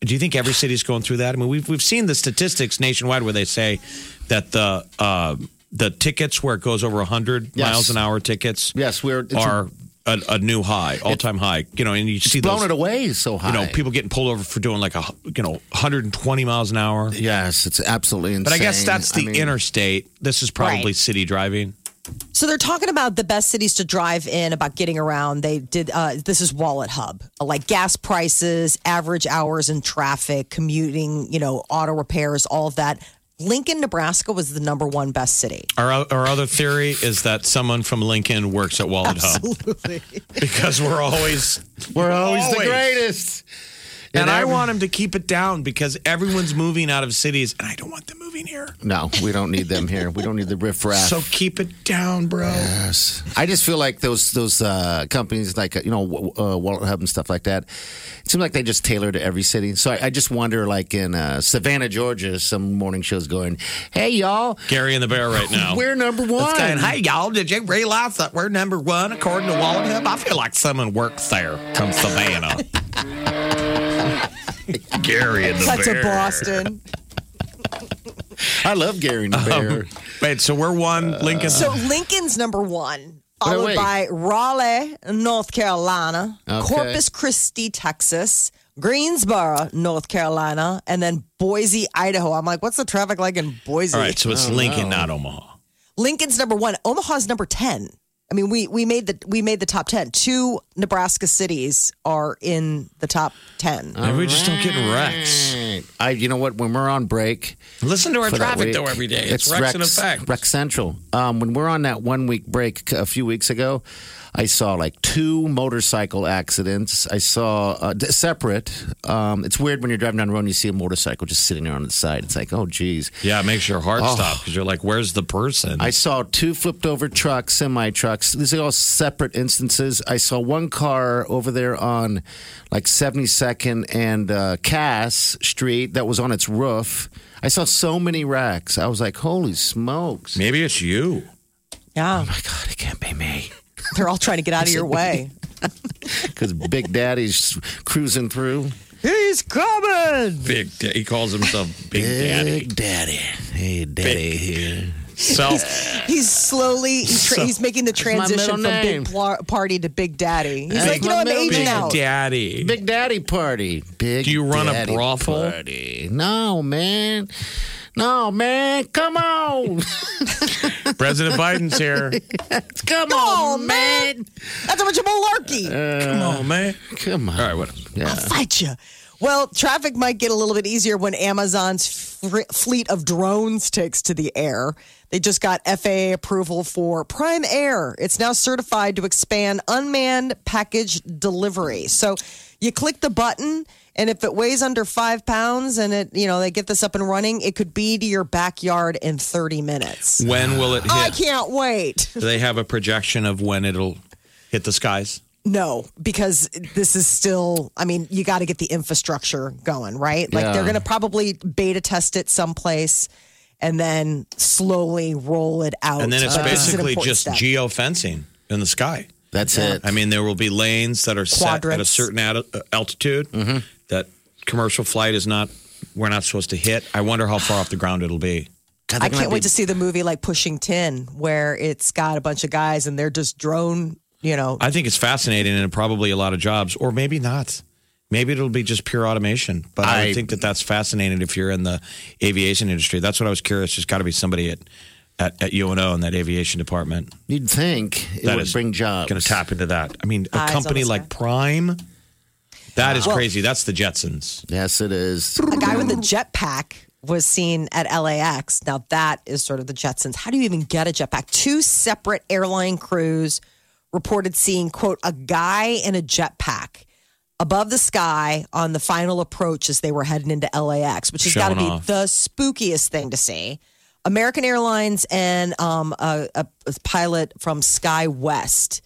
do you think every city's going through that? I mean, we've we've seen the statistics nationwide where they say that the uh, the tickets where it goes over 100 Yes. miles an hour tickets Yes, we're- it's- are a, a new high, all time high. You know, and you see blown those. it away so high. You know, people getting pulled over for doing like a you know 120 miles an hour. Yes, it's absolutely insane. But I guess that's the I mean, interstate. This is probably Right. city driving. So they're talking about the best cities to drive in, about getting around. They did uh, this is Wallet Hub, like gas prices, average hours in traffic, commuting, you know, auto repairs, all of that. Lincoln, Nebraska was the number one best city. Our, our other theory is that someone from Lincoln works at Wallet Hub because we're always We're always, the Always. greatest. and I every- want them to keep it down because everyone's moving out of cities and I don't want them moving here. No, we don't need them here. We don't need the riffraff. So keep it down, bro. Yes. I just feel like those those uh, companies like you know w- uh, Wallet Hub and stuff like that. It seems like they just tailor to every city. So I, I just wonder, like in uh, Savannah, Georgia, some morning shows going, "Hey y'all, Gary and the Bear right now. we're number one." It's going, hey y'all, did you realize that we're number one according to Wallet Hub? I feel like someone works there from Savannah. Gary and the That's Bear. a Boston. I love Gary and the Bear. Wait, so we're one Lincoln. So Lincoln's number one, followed wait. by Raleigh, North Carolina, Okay. Corpus Christi, Texas, Greensboro, North Carolina, and then Boise, Idaho. I'm like, what's the traffic like in Boise? All right, so it's Lincoln, not Omaha. Lincoln's number one. Omaha's number 10. I mean, we we made the we made the top ten. Two Nebraska cities are in the top ten. Uh, Maybe we just don't get wrecks. I, you know what? When we're on break, Listen to our for that traffic, though, week, every day. It's Rex in effect. Rex Central. Um, when we're on that one week break a few weeks ago, I saw like two motorcycle accidents. I saw uh, d- separate. Um, it's weird when you're driving down the road and you see a motorcycle just sitting there on the side. It's like, oh, geez. Yeah, it makes your heart Oh. stop because you're like, where's the person? I saw two flipped over trucks, semi trucks. These are all separate instances. I saw one car over there on like 72nd and uh, Cass Street that was on its roof. I saw so many wrecks. I was like, holy smokes. Maybe it's you. Yeah, God, it can't be me. they're all trying to get out of your way. Because Big Daddy's cruising through. He's coming. Big. Da- He calls himself Big Daddy. Big Daddy. Hey, Daddy here. Self. He's slowly he's, tra- So- he's making the my middle transition from big name. pla- party to big daddy. He's That's like, you know, my I'm middle aging Big name. out. Daddy. Big Daddy party. Big. Do you run a Daddy brothel? Party. No, man. No, man. Come on. President Biden's here. Come on, man. That's a bunch of malarkey. Come on, man. Come on. All right, what? Yeah. fight you. Well, traffic might get a little bit easier when Amazon's fr- fleet of drones takes to the air. They just got FAA approval for Prime Air. It's now certified to expand unmanned package delivery. So you click the button, and if it weighs under five pounds, and it you know they get this up and running, it could be to your backyard in thirty minutes. When will it I hit? can't wait. Do they have a projection of when it'll hit the skies? No, because this is still, I mean, you got to get the infrastructure going, right? Like Yeah. they're going to probably beta test it someplace and then slowly roll it out. And then Oh, it's But this is an basically important just step. geofencing in the sky. That's it. I mean, there will be lanes that are set at a Quadrants. certain at- uh, altitude that commercial flight is not. We're not supposed to hit. I wonder how far off the ground it'll be. God, I they're can't gonna wait to see the movie like Pushing Tin, where it's got a bunch of guys and they're just drone, you know. I think it's fascinating and probably a lot of jobs, or maybe not. Maybe it'll be just pure automation. But I, I- would think that that's fascinating if you're in the aviation industry. That's what I was curious. There's got to be somebody at, at at UNO in that aviation department be- You'd think it that would is bring jobs. Going to tap into that. I mean, a Eyes on company the like Prime. that is crazy. That's the Jetsons. Yes, it is. a guy with a jetpack was seen at LAX. Now that is sort of the Jetsons. How do you even get a jetpack? Two separate airline crews reported seeing quote a guy in a jetpack above the sky on the final approach as they were heading into LAX, which has got to be Showing off. the spookiest thing to see. American Airlines and um, a, a a pilot from SkyWest.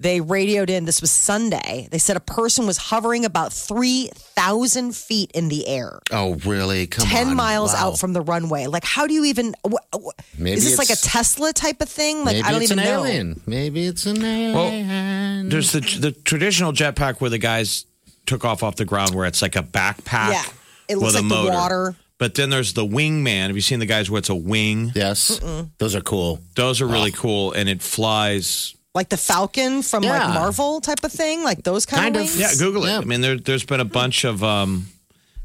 They radioed in. This was Sunday. They said a person was hovering about three thousand feet in the air. Oh, really? Come 10 on. miles Wow. out from the runway. Like, how do you even? Wh- wh- Maybe is this like a it's- Tesla type of thing? Like, Maybe I don't it's even an know. alien. Maybe it's an alien. There's the the traditional jetpack where the guys took off off the ground, where it's like a backpack. Yeah. It looks with a like the motor. water. But then there's the wingman. Have you seen the guys where it's a wing? yes. Those are cool. Those are really cool, and it flies. Like the Falcon from like Yeah. Marvel type of thing. Like those kind, Kind of. of. wings? Yeah, Google it. Yeah. I mean, there, there's been a bunch of. Um,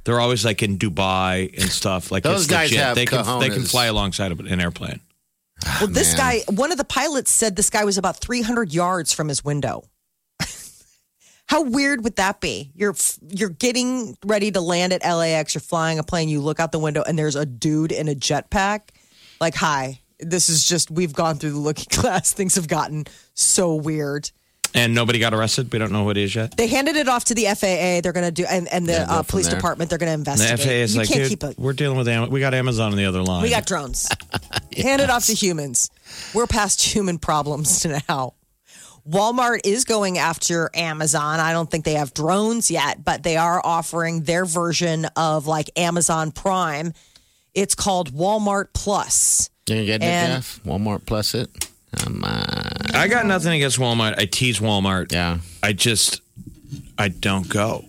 they're always like in Dubai and stuff. Like Those it's guys legit. have they can they can cojones. fly alongside of an airplane. Well, this Oh, man. guy, one of the pilots said this guy was about 300 yards from his window. How weird would that be? You're you're getting ready to land at LAX. You're flying a plane. You look out the window, and there's a dude in a jetpack. Like, hi, this is just we've gone through the looking glass. Things have gotten so weird. And nobody got arrested. We don't know who it is yet. They handed it off to the FAA. They're going to do and, and the Yeah, go uh, from police there. department. They're going to And the investigate. FAA is you like, can't dude, keep it. we're dealing with Am- we got Amazon on the other line. We got drones. Hand it off to humans. We're past human problems now. Walmart is going after Amazon. I don't think they have drones yet, but they are offering their version of like Amazon Prime. It's called Walmart Plus. You gonna get it, And- Jeff? Walmart plus it. Come on. I got nothing against Walmart. I tease Walmart. Yeah. I just, I don't go.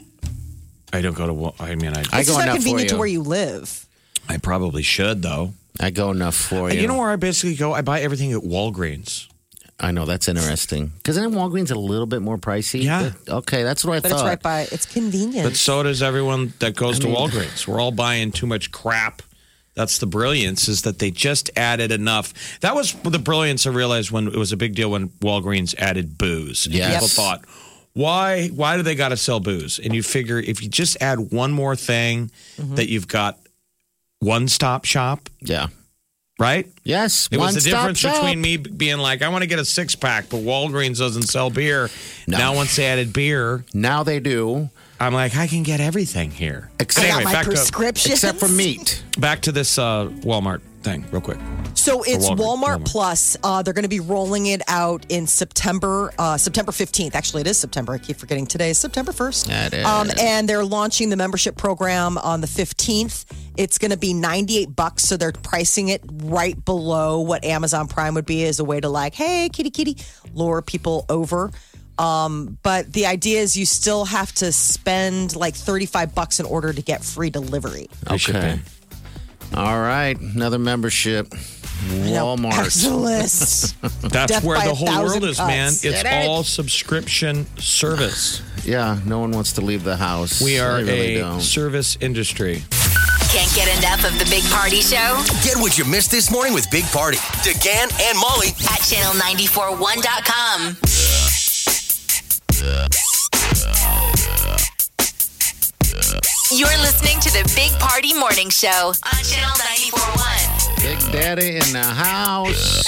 I don't go to. Wal- I mean, I, I It's go not enough for convenient to you. where you live. I probably should though. I go enough for you. Uh, You know where I basically go? I buy everything at Walgreens. I know that's interesting. Because then Walgreens a little bit more pricey. Yeah. But- okay, that's what I But thought. it's right by it's convenient. But so does everyone that goes to Walgreens. We're all buying too much crap That's the brilliance is that they just added enough. That was the brilliance I realized when it was a big deal when Walgreens added booze. And Yes. People thought, why why do they got to sell booze? And you figure if you just add one more thing that you've got one stop shop, Yeah. right? Yes. It was the one-stop difference shop. between me being like, I want to get a six pack, but Walgreens doesn't sell beer. No. Now, once they added beer, Now they do. I'm like, I can get everything here. Except, Anyway, my back to- prescription. except for meat. Back to this uh, Walmart thing, real quick. So it's Walmart, Walmart. Plus. Uh, they're going to be rolling it out in September, uh, September 15th. Actually, it is September. I keep forgetting today is September 1st. That is. Um, and they're launching the membership program on the 15th. It's going to be 98 bucks. So they're pricing it right below what Amazon Prime would be as a way to like, hey, kitty, kitty, lure people over. Um, but the idea is you still have to spend like 35 bucks in order to get free delivery. Okay. All right. Another membership. Walmart. Excellent. That's Death where by the a whole world thousand is, man. cuts. It's It is. all subscription service. Yeah. No one wants to leave the house. We are They really a don't. service industry. Can't get enough of the Big Party Show Get what you missed this morning with Big Party, DeGan and Molly at channel941.com. You're listening to the Big Party Morning Show on channel 941. Big Daddy in the house.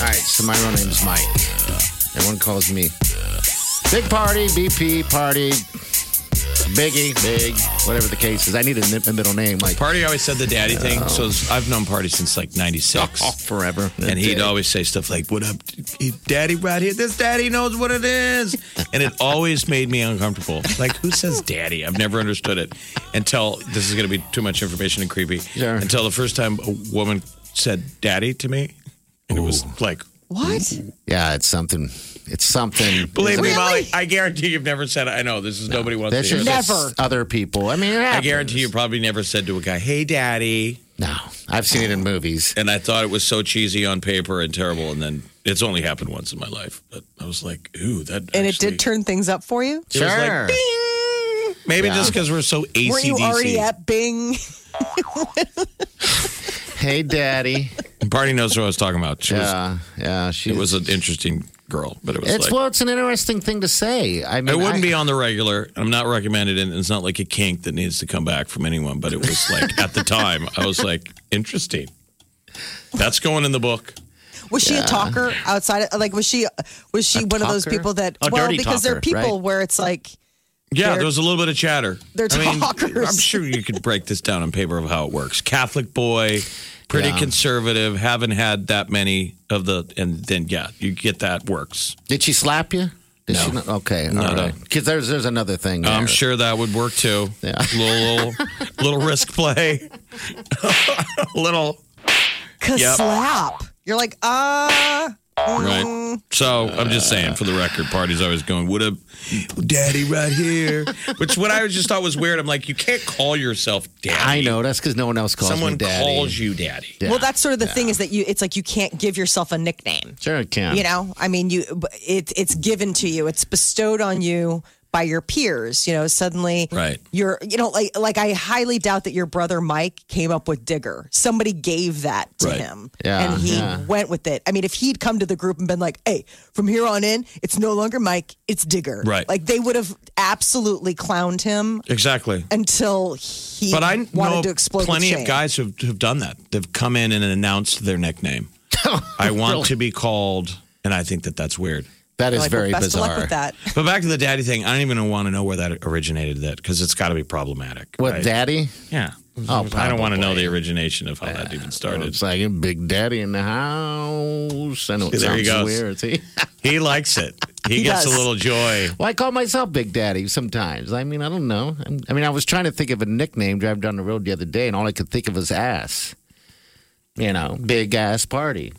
All right, so my real name is Mike. Everyone calls me Big Party, BP Party, Biggie, Big, whatever the case is. I need a n- a middle name, like Party always said the daddy thing. So I've known Party since like 96. forever. And he'd always say stuff like, What up, daddy right here? This daddy knows what it is. And it always made me uncomfortable. Like, who says daddy? I've never understood it until this is going to be too much information and creepy. Sure. Until the first time a woman said daddy to me. And it was like, what? yeah, it's something. It's something. Believe me, It's- Molly, I guarantee you've never said it. I know this is nobody wants That's to hear just this. Never. other people. I mean, it I happens. guarantee you probably never said to a guy, hey, daddy. No, I've seen it in movies. And I thought it was so cheesy on paper and terrible. And then it's only happened once in my life. But I was like, ooh, that. And it did turn things up for you? It was like, Sure. Maybe Yeah. just because we're so ACDC. Were you already at Bing? hey, Daddy. Party knows what I was talking about. She was, Yeah, yeah. She it was an interesting girl, but it was It's like. well, it's an interesting thing to say. I mean, it wouldn't I- be on the regular. I'm not recommended, and it's not like a kink that needs to come back from anyone. But it was like at the time, I was like, interesting. That's going in the book. Was she a talker outside? Of, like, was she was she one of those talker? people that? A well, dirty because there are talker, people right? where it's like, Yeah, They're- there was a little bit of chatter. they're talkers. I'm sure you could break this down on paper of how it works. Catholic boy, pretty Yeah. conservative, haven't had that many of the, and then yeah, you get that works. Did she slap you? Did No. she not? Okay, No, all right. no. Because there's there's another thing. I'm there. sure that would work too. Yeah. Little little, little risk play. little cause Yep. slap. You're like, ah, right. So I'm just saying, for the record, party's always going. What up, daddy right here? Which what I just thought was weird. I'm like, you can't call yourself I daddy. know that's because no one else calls Someone me daddy. calls you daddy. Yeah. well, that's sort of the thing is that you. It's like you can't give yourself a nickname. Sure, it can. You know, I mean, you it, it's given to you. It's bestowed on you by your peers. You know, suddenly, Right. You're, you know, like like I highly doubt that your brother Mike came up with Digger. Somebody gave that to Right. him, Yeah, and he yeah. went with it. I mean, if he'd come to the group and been like, "Hey, from here on in, it's no longer Mike, it's Digger," Right. Like they would have absolutely clowned him Exactly. until he But I wanted know to explode. with plenty of shame. guys who've, who've done that. They've come in and announced their nickname. Oh, I want to be called, and I think that that's weird. that is Like, well, very best bizarre. of luck with that. But back to the daddy thing, I don't even want to know where that originated. That because it's got to be problematic. What right? daddy? Yeah. Oh, I don't want to know probably. the origination of how that even started. It's like a big daddy in the house. I know it There he sounds goes. weird. See, He likes it. He, He gets does. a little joy. well, I call myself Big Daddy sometimes. I mean, I don't know. I'm- I mean, I was trying to think of a nickname driving down the road the other day, and all I could think of was ass. You know, big ass party.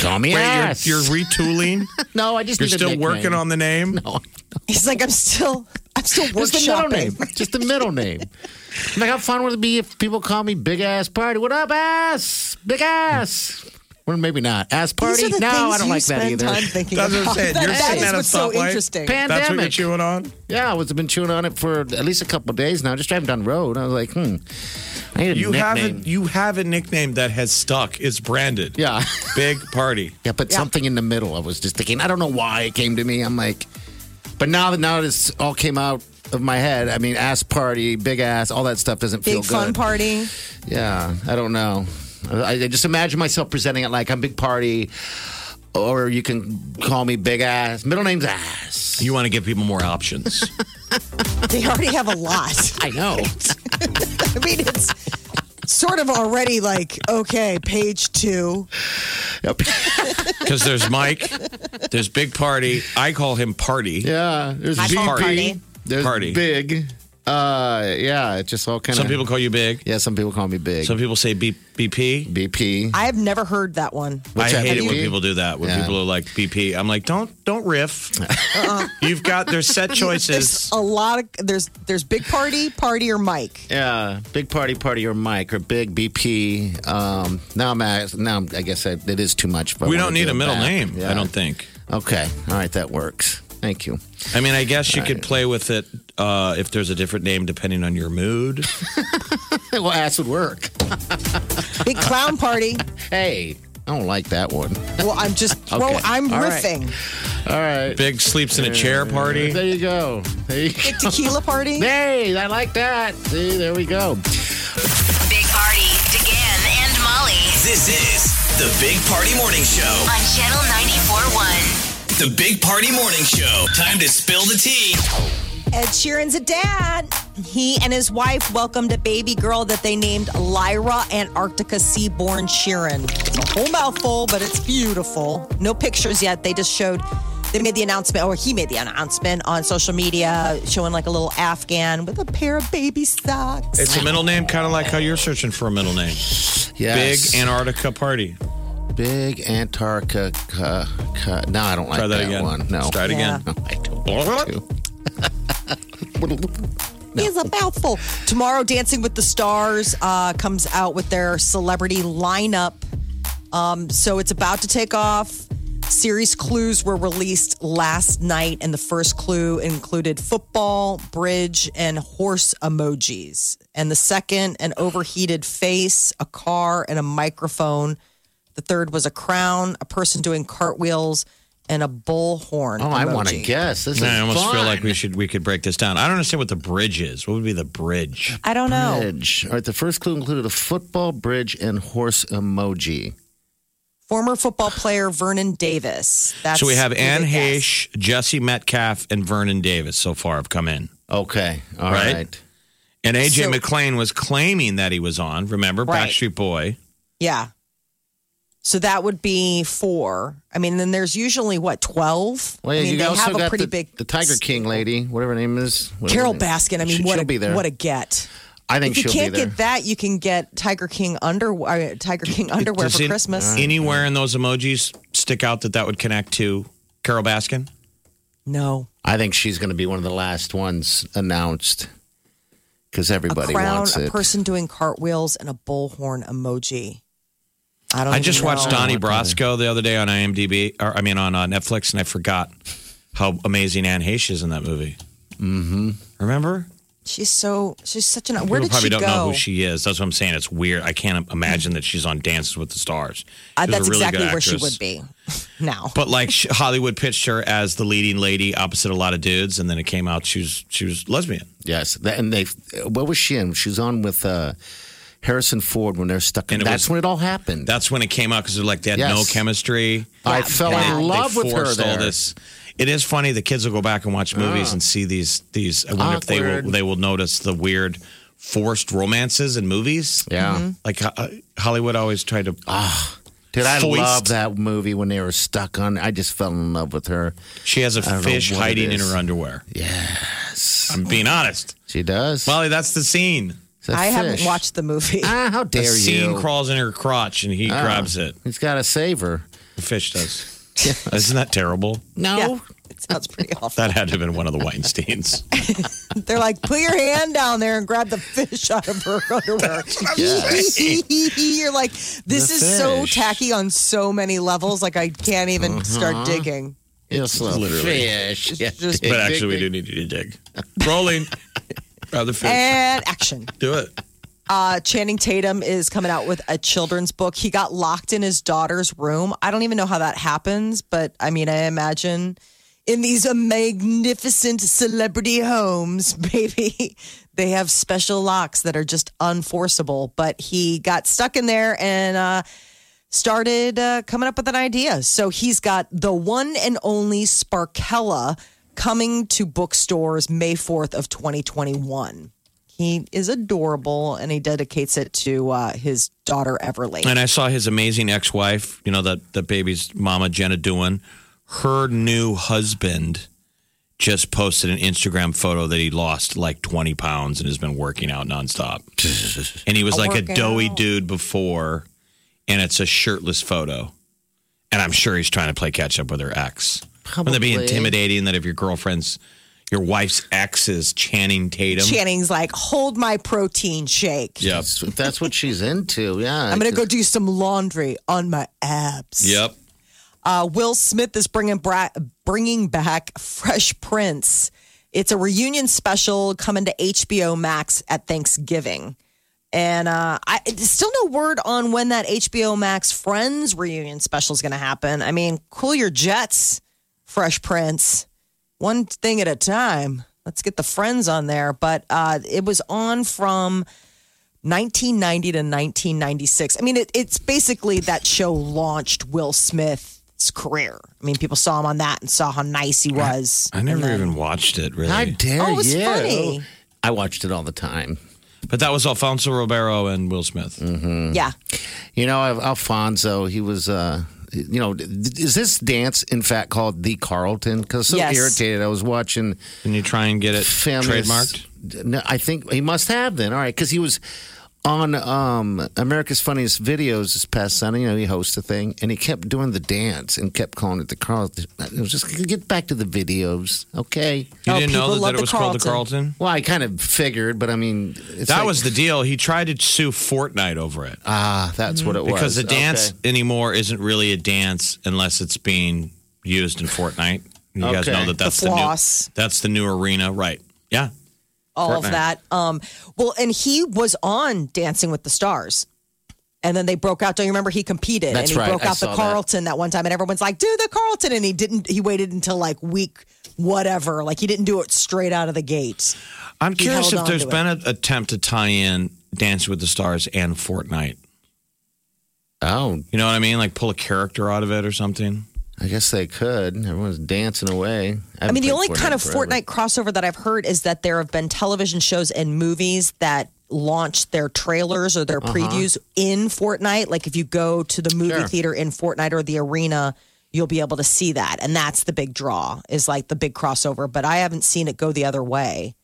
Call me ass. you're, you're retooling. no, I just You're need a still working nickname. on the name. He's like, I'm still, I'm still Just the middle workshopping. name. eh? Just the middle name. I'm like, how fun would it be if people call me Big Ass Party? What up, ass? Big ass. Or maybe not. Ass party? These are the No, things I don't you like that spend either. time thinking That's what I'm about. saying. You're That sitting is at a what's so stoplight. interesting. Pandemic. That's what you're chewing on? Yeah, I was been chewing on it for at least a couple of days now. Just driving down the road, I was like, hmm. I need a You have a, nickname. you have a nickname that has stuck. It's branded. Yeah. Big party. Yeah, but something in the middle. I was just thinking. I don't know why it came to me. I'm like, but now that now this all came out of my head. I mean, ass party, big ass, all that stuff doesn't feel Big good. fun party. Yeah, I don't know. I, I just imagine myself presenting it like I'm big party, or you can call me big ass. Middle name's ass. You want to give people more options. They already have a lot. I know. I mean, it's sort of already like, okay, page two. Because there's Mike, there's Big Party. I call him Party. Yeah, there's I big call it party. There's Party. big. Uh, yeah, it just all kind of. Some people call you Big. Yeah, some people call me big. Some people say B- BP. BP. I have never heard that one. I What's that, hate it when BP? people do that. When Yeah. people are like BP, I'm like, don't don't riff. Uh-uh. You've got there's set choices. There's a lot of there's there's big party, party or Mike. Yeah, big party, party or Mike or big BP. Um, now I'm at, now I'm, I guess I, it is too much. But I We wanna don't need do a it middle back. name. Yeah. I don't think. Okay, all right, that works. Thank you. I mean, I guess you could play with it uh, if there's a different name depending on your mood. well, ass would work. Big clown party. Hey, I don't like that one. Well, I'm just Okay. well, I'm All right. riffing. All right, Big sleeps in a chair party. There you go. There you Big tequila party. Hey, I like that. See, there we go. Big Party, DeGan and Molly This is the Big Party Morning Show. on Channel 94.1. The Big Party Morning Show. Time to spill the tea. Ed Sheeran's a dad. He and his wife welcomed a baby girl that they named Lyra Antarctica Seaborn Sheeran. It's a whole mouthful, but it's beautiful. No pictures yet. They just showed, they made the announcement, or he made the announcement on social media, showing like a little Afghan with a pair of baby socks. It's a middle name, kind of like how you're searching for a middle name. Yes. Big Antarctica party. Big Antarctica. uh, No, I don't like Try that, that, again. one. No. Try it again. No, I don't want to. He's a mouthful. Tomorrow, Dancing with the Stars uh, comes out with their celebrity lineup. Um, so it's about to take off. Series clues were released last night, and the first clue included football, bridge, and horse emojis. And the second, an overheated face, a car, and a microphone. The third was a crown, a person doing cartwheels, and a bullhorn. Oh, I want to emoji. guess. This is I almost fun. feel like we should we could break this down. I don't understand what the bridge is. What would be the bridge? I don't know. Bridge. All right, the first clue included a football, bridge, and horse emoji. former football player Vernon Davis. That's so we have who Anne they guessed. Heche, Jesse Metcalf, and Vernon Davis so far have come in. Okay. All Right. right. And AJ So- McLean was claiming that he was on. Remember, Right. Backstreet Boy. Yeah. So that would be four. I mean, then there's usually what twelve. Well, I yeah, mean, you they also have a got pretty the, big the Tiger King lady, whatever her name is. whatever Carol her name- Baskin. I mean, she, what will a be there. what a get. I think If you she'll can't be there. get that, you can get Tiger King underwear. Tiger King underwear Does for it- Christmas. Anywhere in those emojis stick out that that would connect to Carol Baskin? no, I think she's going to be one of the last ones announced because a everybody crown, wants a it. person doing cartwheels, and a bullhorn emoji. Oh, I don't. I even just watched know. Donnie Brasco the other day on IMDb, or I mean on uh, Netflix, and I forgot how amazing Anne Heche is in that movie. Mm-hmm. Remember? She's so she's such an. Where People did she probably go? don't know who she is. That's what I'm saying. It's weird. I can't imagine that she's on Dances with the Stars. Uh, She's a that's really exactly good where she actress. would be now. But like sh- Hollywood pitched her as the leading lady opposite a lot of dudes, and then it came out she was she was lesbian. Yes, that, and they. What was she in? She was on with uh, Harrison Ford when they're stuck. And in it that's was- when it all happened. That's when it came out because they're like they had Yes. no chemistry. I fell And in they- love they with her forced all there. Ah. this. It is funny. The kids will go back and watch movies and see these. These. I wonder if they will. Awkward. They will notice the weird forced romances in movies. Yeah, Mm-hmm. Ah, Like uh, Hollywood always tried to. dude, I Foist. love that movie when they were stuck on. I just fell in love with her. she has a don't know fish what it hiding in is. her underwear. Yes, I'm being honest, she does. Molly. That's the scene. It's a I haven't fish. watched the movie. Ah, how The dare scene you? crawls in her crotch and he Ah, grabs it. He's got to save her. The fish does. Isn't that terrible? No, Yeah, it sounds pretty awful. That had to have been one of the Weinsteins. They're like, put your hand down there and grab the fish out of her underwear. Yes. You're like, this The is so fish. tacky on so many levels. Like, I can't even Mm-hmm. start Uh-huh. digging. It's a Literally. fish. Yeah, Just- dig, but actually, we dig, do need you to dig. Rolling. Rather fish. And action. do it. Uh, Channing Tatum is coming out with a children's book. He got locked in his daughter's room. I don't even know how that happens, but I mean, I imagine in these magnificent celebrity homes, baby, they have special locks that are just unforceable. But he got stuck in there and uh, started uh, coming up with an idea. So he's got the one and only Sparkella coming to bookstores May 4th of 2021. He is adorable and he dedicates it to uh, his daughter Everly. And I saw his amazing ex-wife, you know, that the baby's mama Jenna Dewan, her new husband just posted an Instagram photo that he lost like 20 pounds and has been working out nonstop. and he was like a Working doughy out. dude before, and it's a shirtless photo. And I'm sure he's trying to play catch up with her ex. Wouldn't that be Probably. intimidating that if your girlfriend's, your wife's ex is Channing Tatum? Channing's like, hold my protein shake. Yep. If that's what she's into, yeah. I'm going to go do some laundry on my abs. Yep. Uh, Will Smith is bringing bra- bringing back Fresh Prince. It's a reunion special coming to HBO Max at Thanksgiving, and uh, I there's still no word on when that HBO Max Friends reunion special is going to happen. I mean, cool your jets, Fresh Prince. One thing at a time. Let's get the Friends on there, but uh, it was on from 1990 to 1996. I mean, it, it's basically that show launched Will Smith's career. I mean, people saw him on that and saw how nice he was. I never even watched it, really. I dare Oh, it was you. funny. I watched it all the time. But that was Alfonso Ribeiro and Will Smith. Yeah. You know, Al- Alfonso, he was, uh, you know, th- is this dance, in fact, called The Carlton? Because so Yes. irritated. I was watching Can you try and get it Family trademarked? No, I think he must have then. All right. Because he was on um, America's Funniest Videos this past Sunday. You know, he hosts a thing and he kept doing the dance and kept calling it The Carlton. It was just, get back to the videos. Okay. You Oh, didn't people know that, that love it the was called the Carlton? Well, I kind of figured, but I mean, it's That like- was the deal. He tried to sue Fortnite over it ah, that's what it was. Mm-hmm. because the dance Okay. anymore isn't really a dance unless it's being used in Fortnite. You guys Okay. know that The that's the, floss. new that's the new arena, right? Yeah, all Fortnite. of that. Um, well, and he was on Dancing with the Stars. And then they broke out. Don't you remember he competed? and That's he right. broke I out the saw that. Carlton that. one time, and everyone's like, do the Carlton. And he didn't, he waited until like week whatever. Like he didn't do it straight out of the gate. I'm He curious held if on there's to been an attempt to tie in Dance with the Stars and Fortnite. Oh, You know what I mean? Like pull a character out of it or something. I guess they could. Everyone's dancing away. I mean, the only kind of Fortnite crossover that I've heard is that there have been television shows and movies that launch their trailers or their previews in Fortnite. Like if you go to the movie Sure. theater in Fortnite or the arena, you'll be able to see that. And that's the big draw, is like the big crossover. But I haven't seen it go the other way.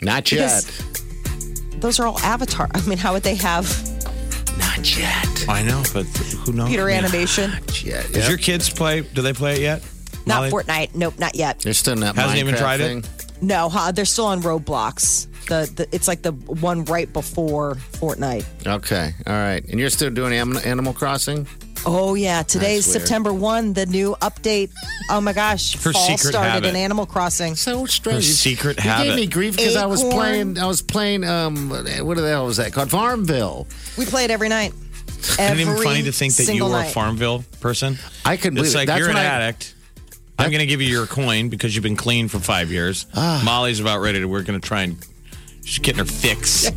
Not yet. Those are all Avatar. I mean, how would they have Not yet. I know, but who knows? computer animation? Not yet. Does Yep. your kids play? Do they play it yet? Not Molly? Fortnite. Nope, not yet. They're still not. Hasn't even Minecraft tried it? thing. No, huh? they're still on Roblox. The, the it's like the one right before Fortnite. Okay. All right. And you're still doing Am- Animal Crossing? Oh yeah, today's That's weird. September one. The new update. Oh my gosh, Her fall secret started habit. in Animal Crossing. So strange. Her secret you habit. gave me grief because I was Acorn. playing. I was playing. Um, what the hell was that called? Farmville. We play it every night. Isn't Every it even funny to think that you single were a night. Farmville person? I couldn't believe It's like it. That's you're an when I, addict. I'm going to give you your coin because you've been clean for five years. Ah. Molly's about ready to. We're going to try and she's getting her fix,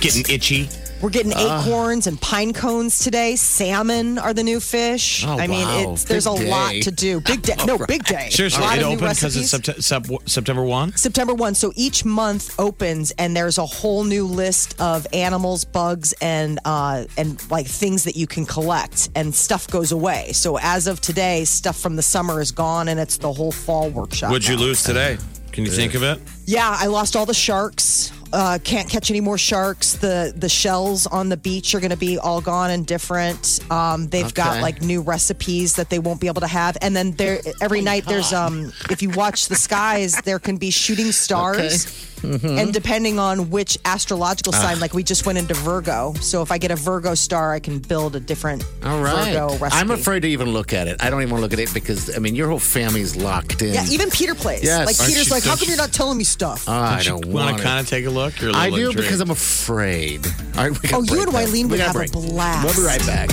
getting itchy. We're getting Ah. acorns and pine cones today. Salmon are the new fish. Oh, I mean, wow. it's there's a Big lot day. to do. Big day. No, big day. Seriously, a lot it of new opened because it's recipes. sept- sep- September one. September 1. So each month opens and there's a whole new list of animals, bugs, and uh, and like things that you can collect and stuff goes away. So as of today, stuff from the summer is gone and it's the whole fall workshop. Would you now. lose today? Can you Uh, think of it? Yeah, I lost all the sharks. Uh, can't catch any more sharks. The the shells on the beach are going to be all gone and different. Um, they've got Okay. Oh like new recipes that they won't be able to have. And then there every night there's um if you watch the skies, there can be shooting stars. Mhm. And depending on which astrological Ah. sign, like we just went into Virgo. So if I get a Virgo star, I can build a different All right. Virgo recipe. I'm afraid to even look at it. I don't even want to look at it because I mean your whole family's locked in. Yeah, even Peter plays. Yes. Like Aren't Peter's you- Ah. like, how don't come you're not telling me stuff? I Don't you don't wanna want kinda take a look? You're a I little intrigued. do because I'm afraid. All right, we gotta Oh, you break and though. Wileen We would gotta have a break. blast. We'll be right back.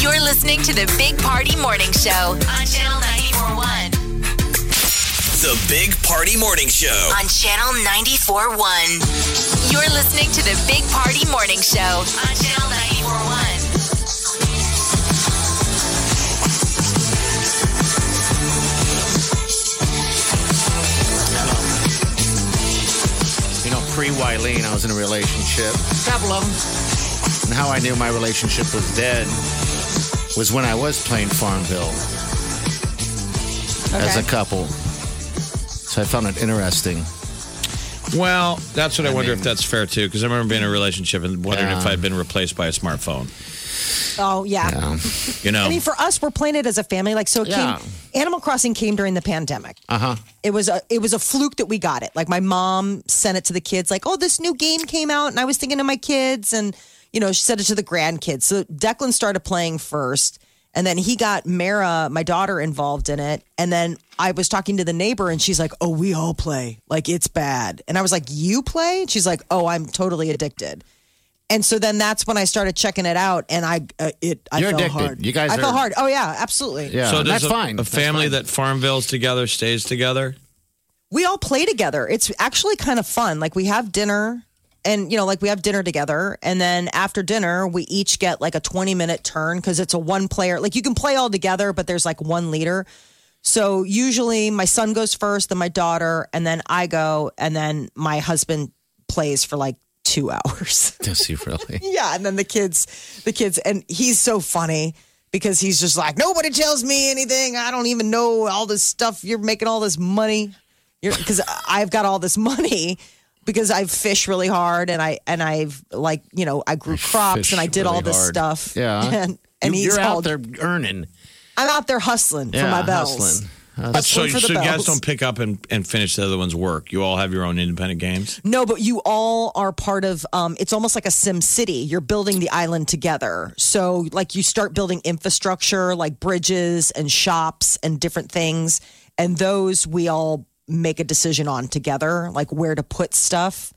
You're listening to the Big Party Morning Show on Channel 941. The Big Party Morning Show. On Channel 941. You're listening to the Big Party Morning Show on Channel 941. You know, pre Wileen, I was in a relationship. Couple of them. And how I knew my relationship was dead was when I was playing Farmville as a couple. So I found it interesting. Well, that's what I, wonder if that's fair too, because I remember being in a relationship and wondering if Yeah. I'd been replaced by a smartphone. Oh, yeah. You know, I mean, for us, we're playing it as a family. Like, so it Yeah. Uh-huh. came, Animal Crossing came during the pandemic. Uh huh. It was a it was a fluke that we got it. Like my mom sent it to the kids, like, oh, this new game came out, and I was thinking of my kids, and you know, she sent it to the grandkids. So Declan started playing first, and then he got Mara, my daughter, involved in it. And then I was talking to the neighbor, and she's like, oh, we all play, like it's bad. And I was like, you play? And she's like, oh, I'm totally addicted. And so then that's when I started checking it out, and I uh, it I You're fell addicted. hard. You guys I fell are- hard. Oh yeah, absolutely. so that's does a, fine. a That's family that Farmville's together stays together. we all play together. It's actually kind of fun. Like we have dinner and you know like we have dinner together and then after dinner we each get like a 20 minute turn cuz it's a one player. Like you can play all together but there's like one leader. So usually my son goes first, then my daughter, and then I go and then my husband plays for like 2 hours. Does he really? yeah, and then the kids the kids and he's so funny because he's just like nobody tells me anything. I don't even know all this stuff. You're making all this money because I've got all this money because I've fished really hard and I and I've like you know I grew crops and I Fish did all really this hard. stuff. Yeah. and, and you, he's are out called. there earning. I'm out there hustling for Yeah, my bells. hustling. so Hustling for the Uh, so you guys bells. don't pick up and, and finish the other one's work. You all have your own independent games. No, but you all are part of. Um, it's almost like a Sim City. You're building the island together. So, like, you start building infrastructure, like bridges and shops and different things, and those we all make a decision on together, like where to put stuff.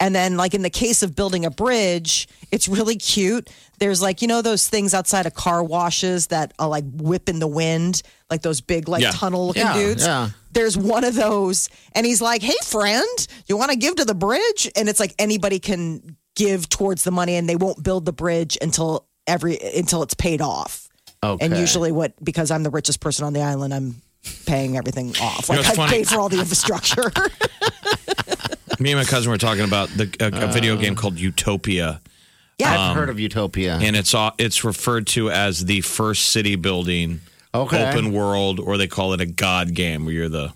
And then, like in the case of building a bridge, it's really cute. There's like you know those things outside of car washes that are like whip in the wind, like those big like Yeah. tunnel looking Yeah, dudes yeah. there's one of those and he's like hey friend you want to give to the bridge and it's like anybody can give towards the money and they won't build the bridge until every until it's paid off Okay. and usually what because i'm the richest person on the island i'm paying everything off like You know, it's i've funny. paid for all the infrastructure Me and my cousin were talking about the, a, a video game called Utopia. Yeah. Um, I've heard of Utopia. and it's all- it's referred to as the first city building Okay. open world or they call it a god game where you're the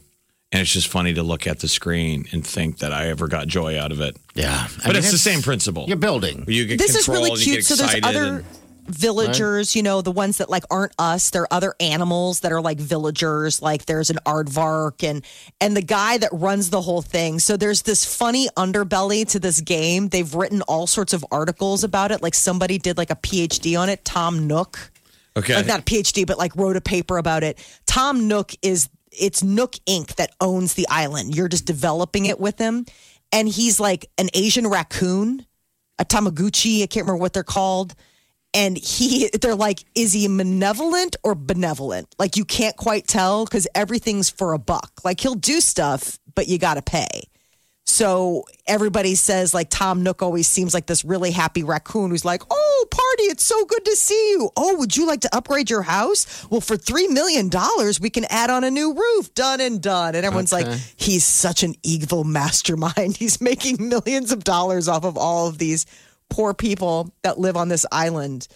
and it's just funny to look at the screen and think that I ever got joy out of it. Yeah. But it's, the same principle. You're building. You get this is control, really and you cute get so there's excited other and- villagers you know the ones that like aren't us there are other animals that are like villagers like there's an aardvark and and the guy that runs the whole thing so there's this funny underbelly to this game they've written all sorts of articles about it like somebody did like a phd on it tom nook Okay. like not a phd but like wrote a paper about it tom nook is it's nook inc that owns the island you're just developing it with him and he's like an asian raccoon a tamaguchi i can't remember what they're called and he they're like is he malevolent or benevolent like you can't quite tell because everything's for a buck like he'll do stuff but you gotta pay so everybody says like Tom Nook always seems like this really happy raccoon who's like, "Oh, party, it's so good to see you. Oh, would you like to upgrade your house? Well, for 3 million dollars, we can add on a new roof. Done and done." And everyone's like, "He's such an evil mastermind. He's making millions of dollars off of all of these poor people that live on this island."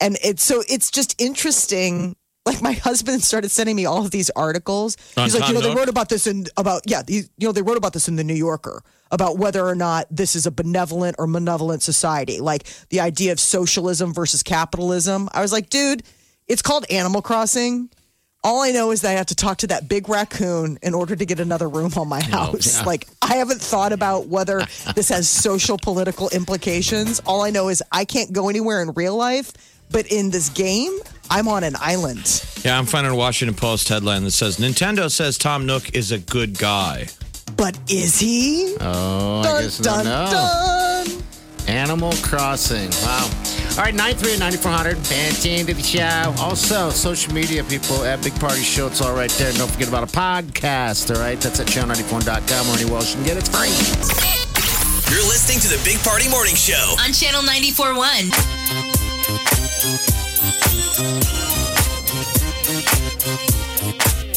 And it's so it's just interesting. Like my husband started sending me all of these articles. On He's like, you know, Tom they Nook? wrote wrote about this in about yeah you, you know they wrote about this in the new yorker about whether or not this is a benevolent or malevolent society like the idea of socialism versus capitalism i was like dude it's called animal crossing All I know is that I have to talk to that big raccoon in order to get another room on my house. yeah. Like, I haven't thought about whether this has social political implications. All I know is I can't go anywhere in real life, but in this game, I'm on an island. Yeah, I'm finding a Washington Post headline that says Nintendo says Tom Nook is a good guy. But is he? Oh, I guess dun, no. dun. Animal Crossing. Wow. All right, 938-9400. That's the end of the show. Also, social media people at Big Party Show. It's all right there. And don't forget about a podcast, all right? That's at channel94.com or anywhere else you can get it. It's free. You're listening to the Big Party Morning Show. On Channel 94.1.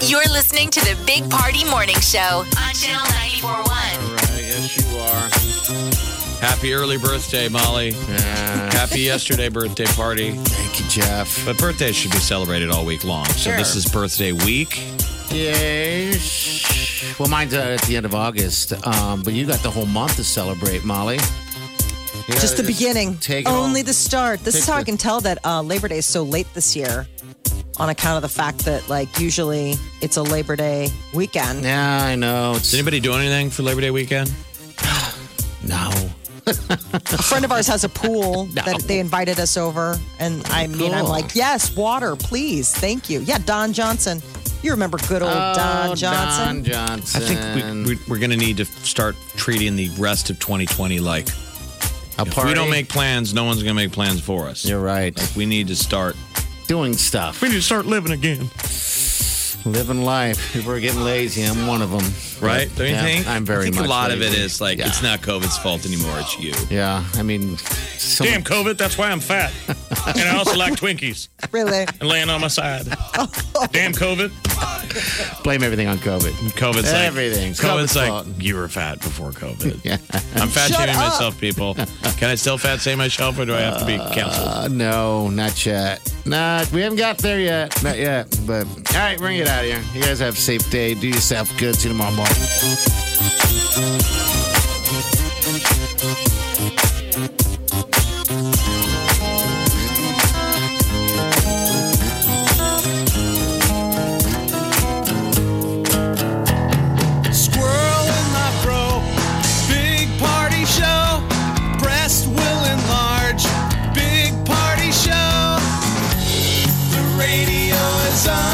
You're listening to the Big Party Morning Show. On Channel 94.1. All right, yes, you are. Happy early birthday, Molly. Happy yesterday birthday party. Thank you, Jeff. But birthdays should be celebrated all week long. So this is birthday week. Yes. Well, mine's uh, at the end of August, um, but you got the whole month to celebrate, Molly. You Just gotta the beginning. Take it Only all. the start. This is Take how I the- can tell that uh, Labor Day is so late this year on account of the fact that, like, usually it's a Labor Day weekend. Yeah, I know. It's Did anybody do anything for Labor Day weekend? no. A friend of ours has a pool No. that they invited us over. And I mean, I'm Cool. like, yes, water, please. Thank you. Yeah, Don Johnson. You remember good old Don Johnson? Oh, Don Johnson. I think we, we, we're going to need to start treating the rest of 2020 like a if party. we don't make plans, no one's going to make plans for us. You're right. Like we need to start. Doing stuff. We need to start living again. Living life. People are getting lazy. I'm one of them. Right? Don't you Yeah, think? I'm very I think much a lot of it lazy. is like Yeah. it's not COVID's fault anymore. It's you. Yeah, I mean, so Damn COVID, that's why I'm fat. and I also like Twinkies Really? and laying on my side. Damn COVID. blame everything on COVID. COVID's like Everything's COVID's COVID's like fault. you were fat before COVID. I'm fat Shut shaming up. myself, people. Can I still fat shame myself, or do I have to be canceled? Uh, no, not yet. Not. We haven't got there yet. Not yet. But all right, bring it out of here. You guys have a safe day. Do yourself good. See you tomorrow morning. Squirrel in my fro. Big party show. Breast will enlarge. Big party show. The radio is on.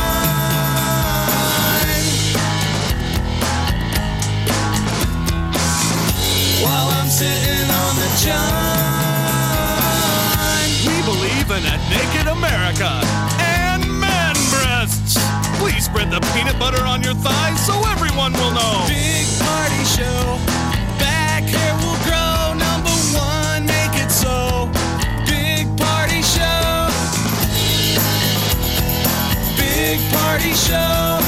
While I'm sitting on the john. We believe in a naked America and man breasts. Please spread the peanut butter on your thighs so everyone will know. Big party show. Back hair will grow. Number one, make it so. Big party show. Big party show.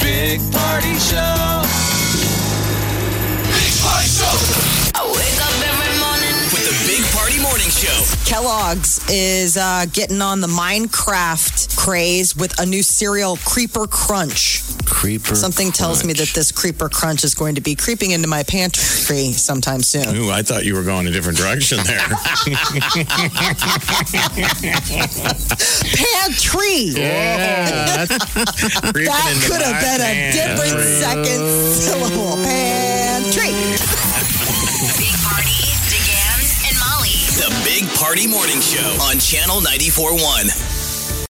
Big party show. Big party show. I wake up every morning. With the Big Party Morning Show. Kellogg's is uh, getting on the Minecraft craze with a new cereal, Creeper Crunch. Creeper. Something tells me that this Creeper Crunch is going to be creeping into my pantry sometime soon. Ooh, I thought you were going a different direction there. Pantry! Yeah, That could have been a different second syllable. Pantry! Big Party, DeGan, and Molly. The Big Party Morning Show on Channel 94.1.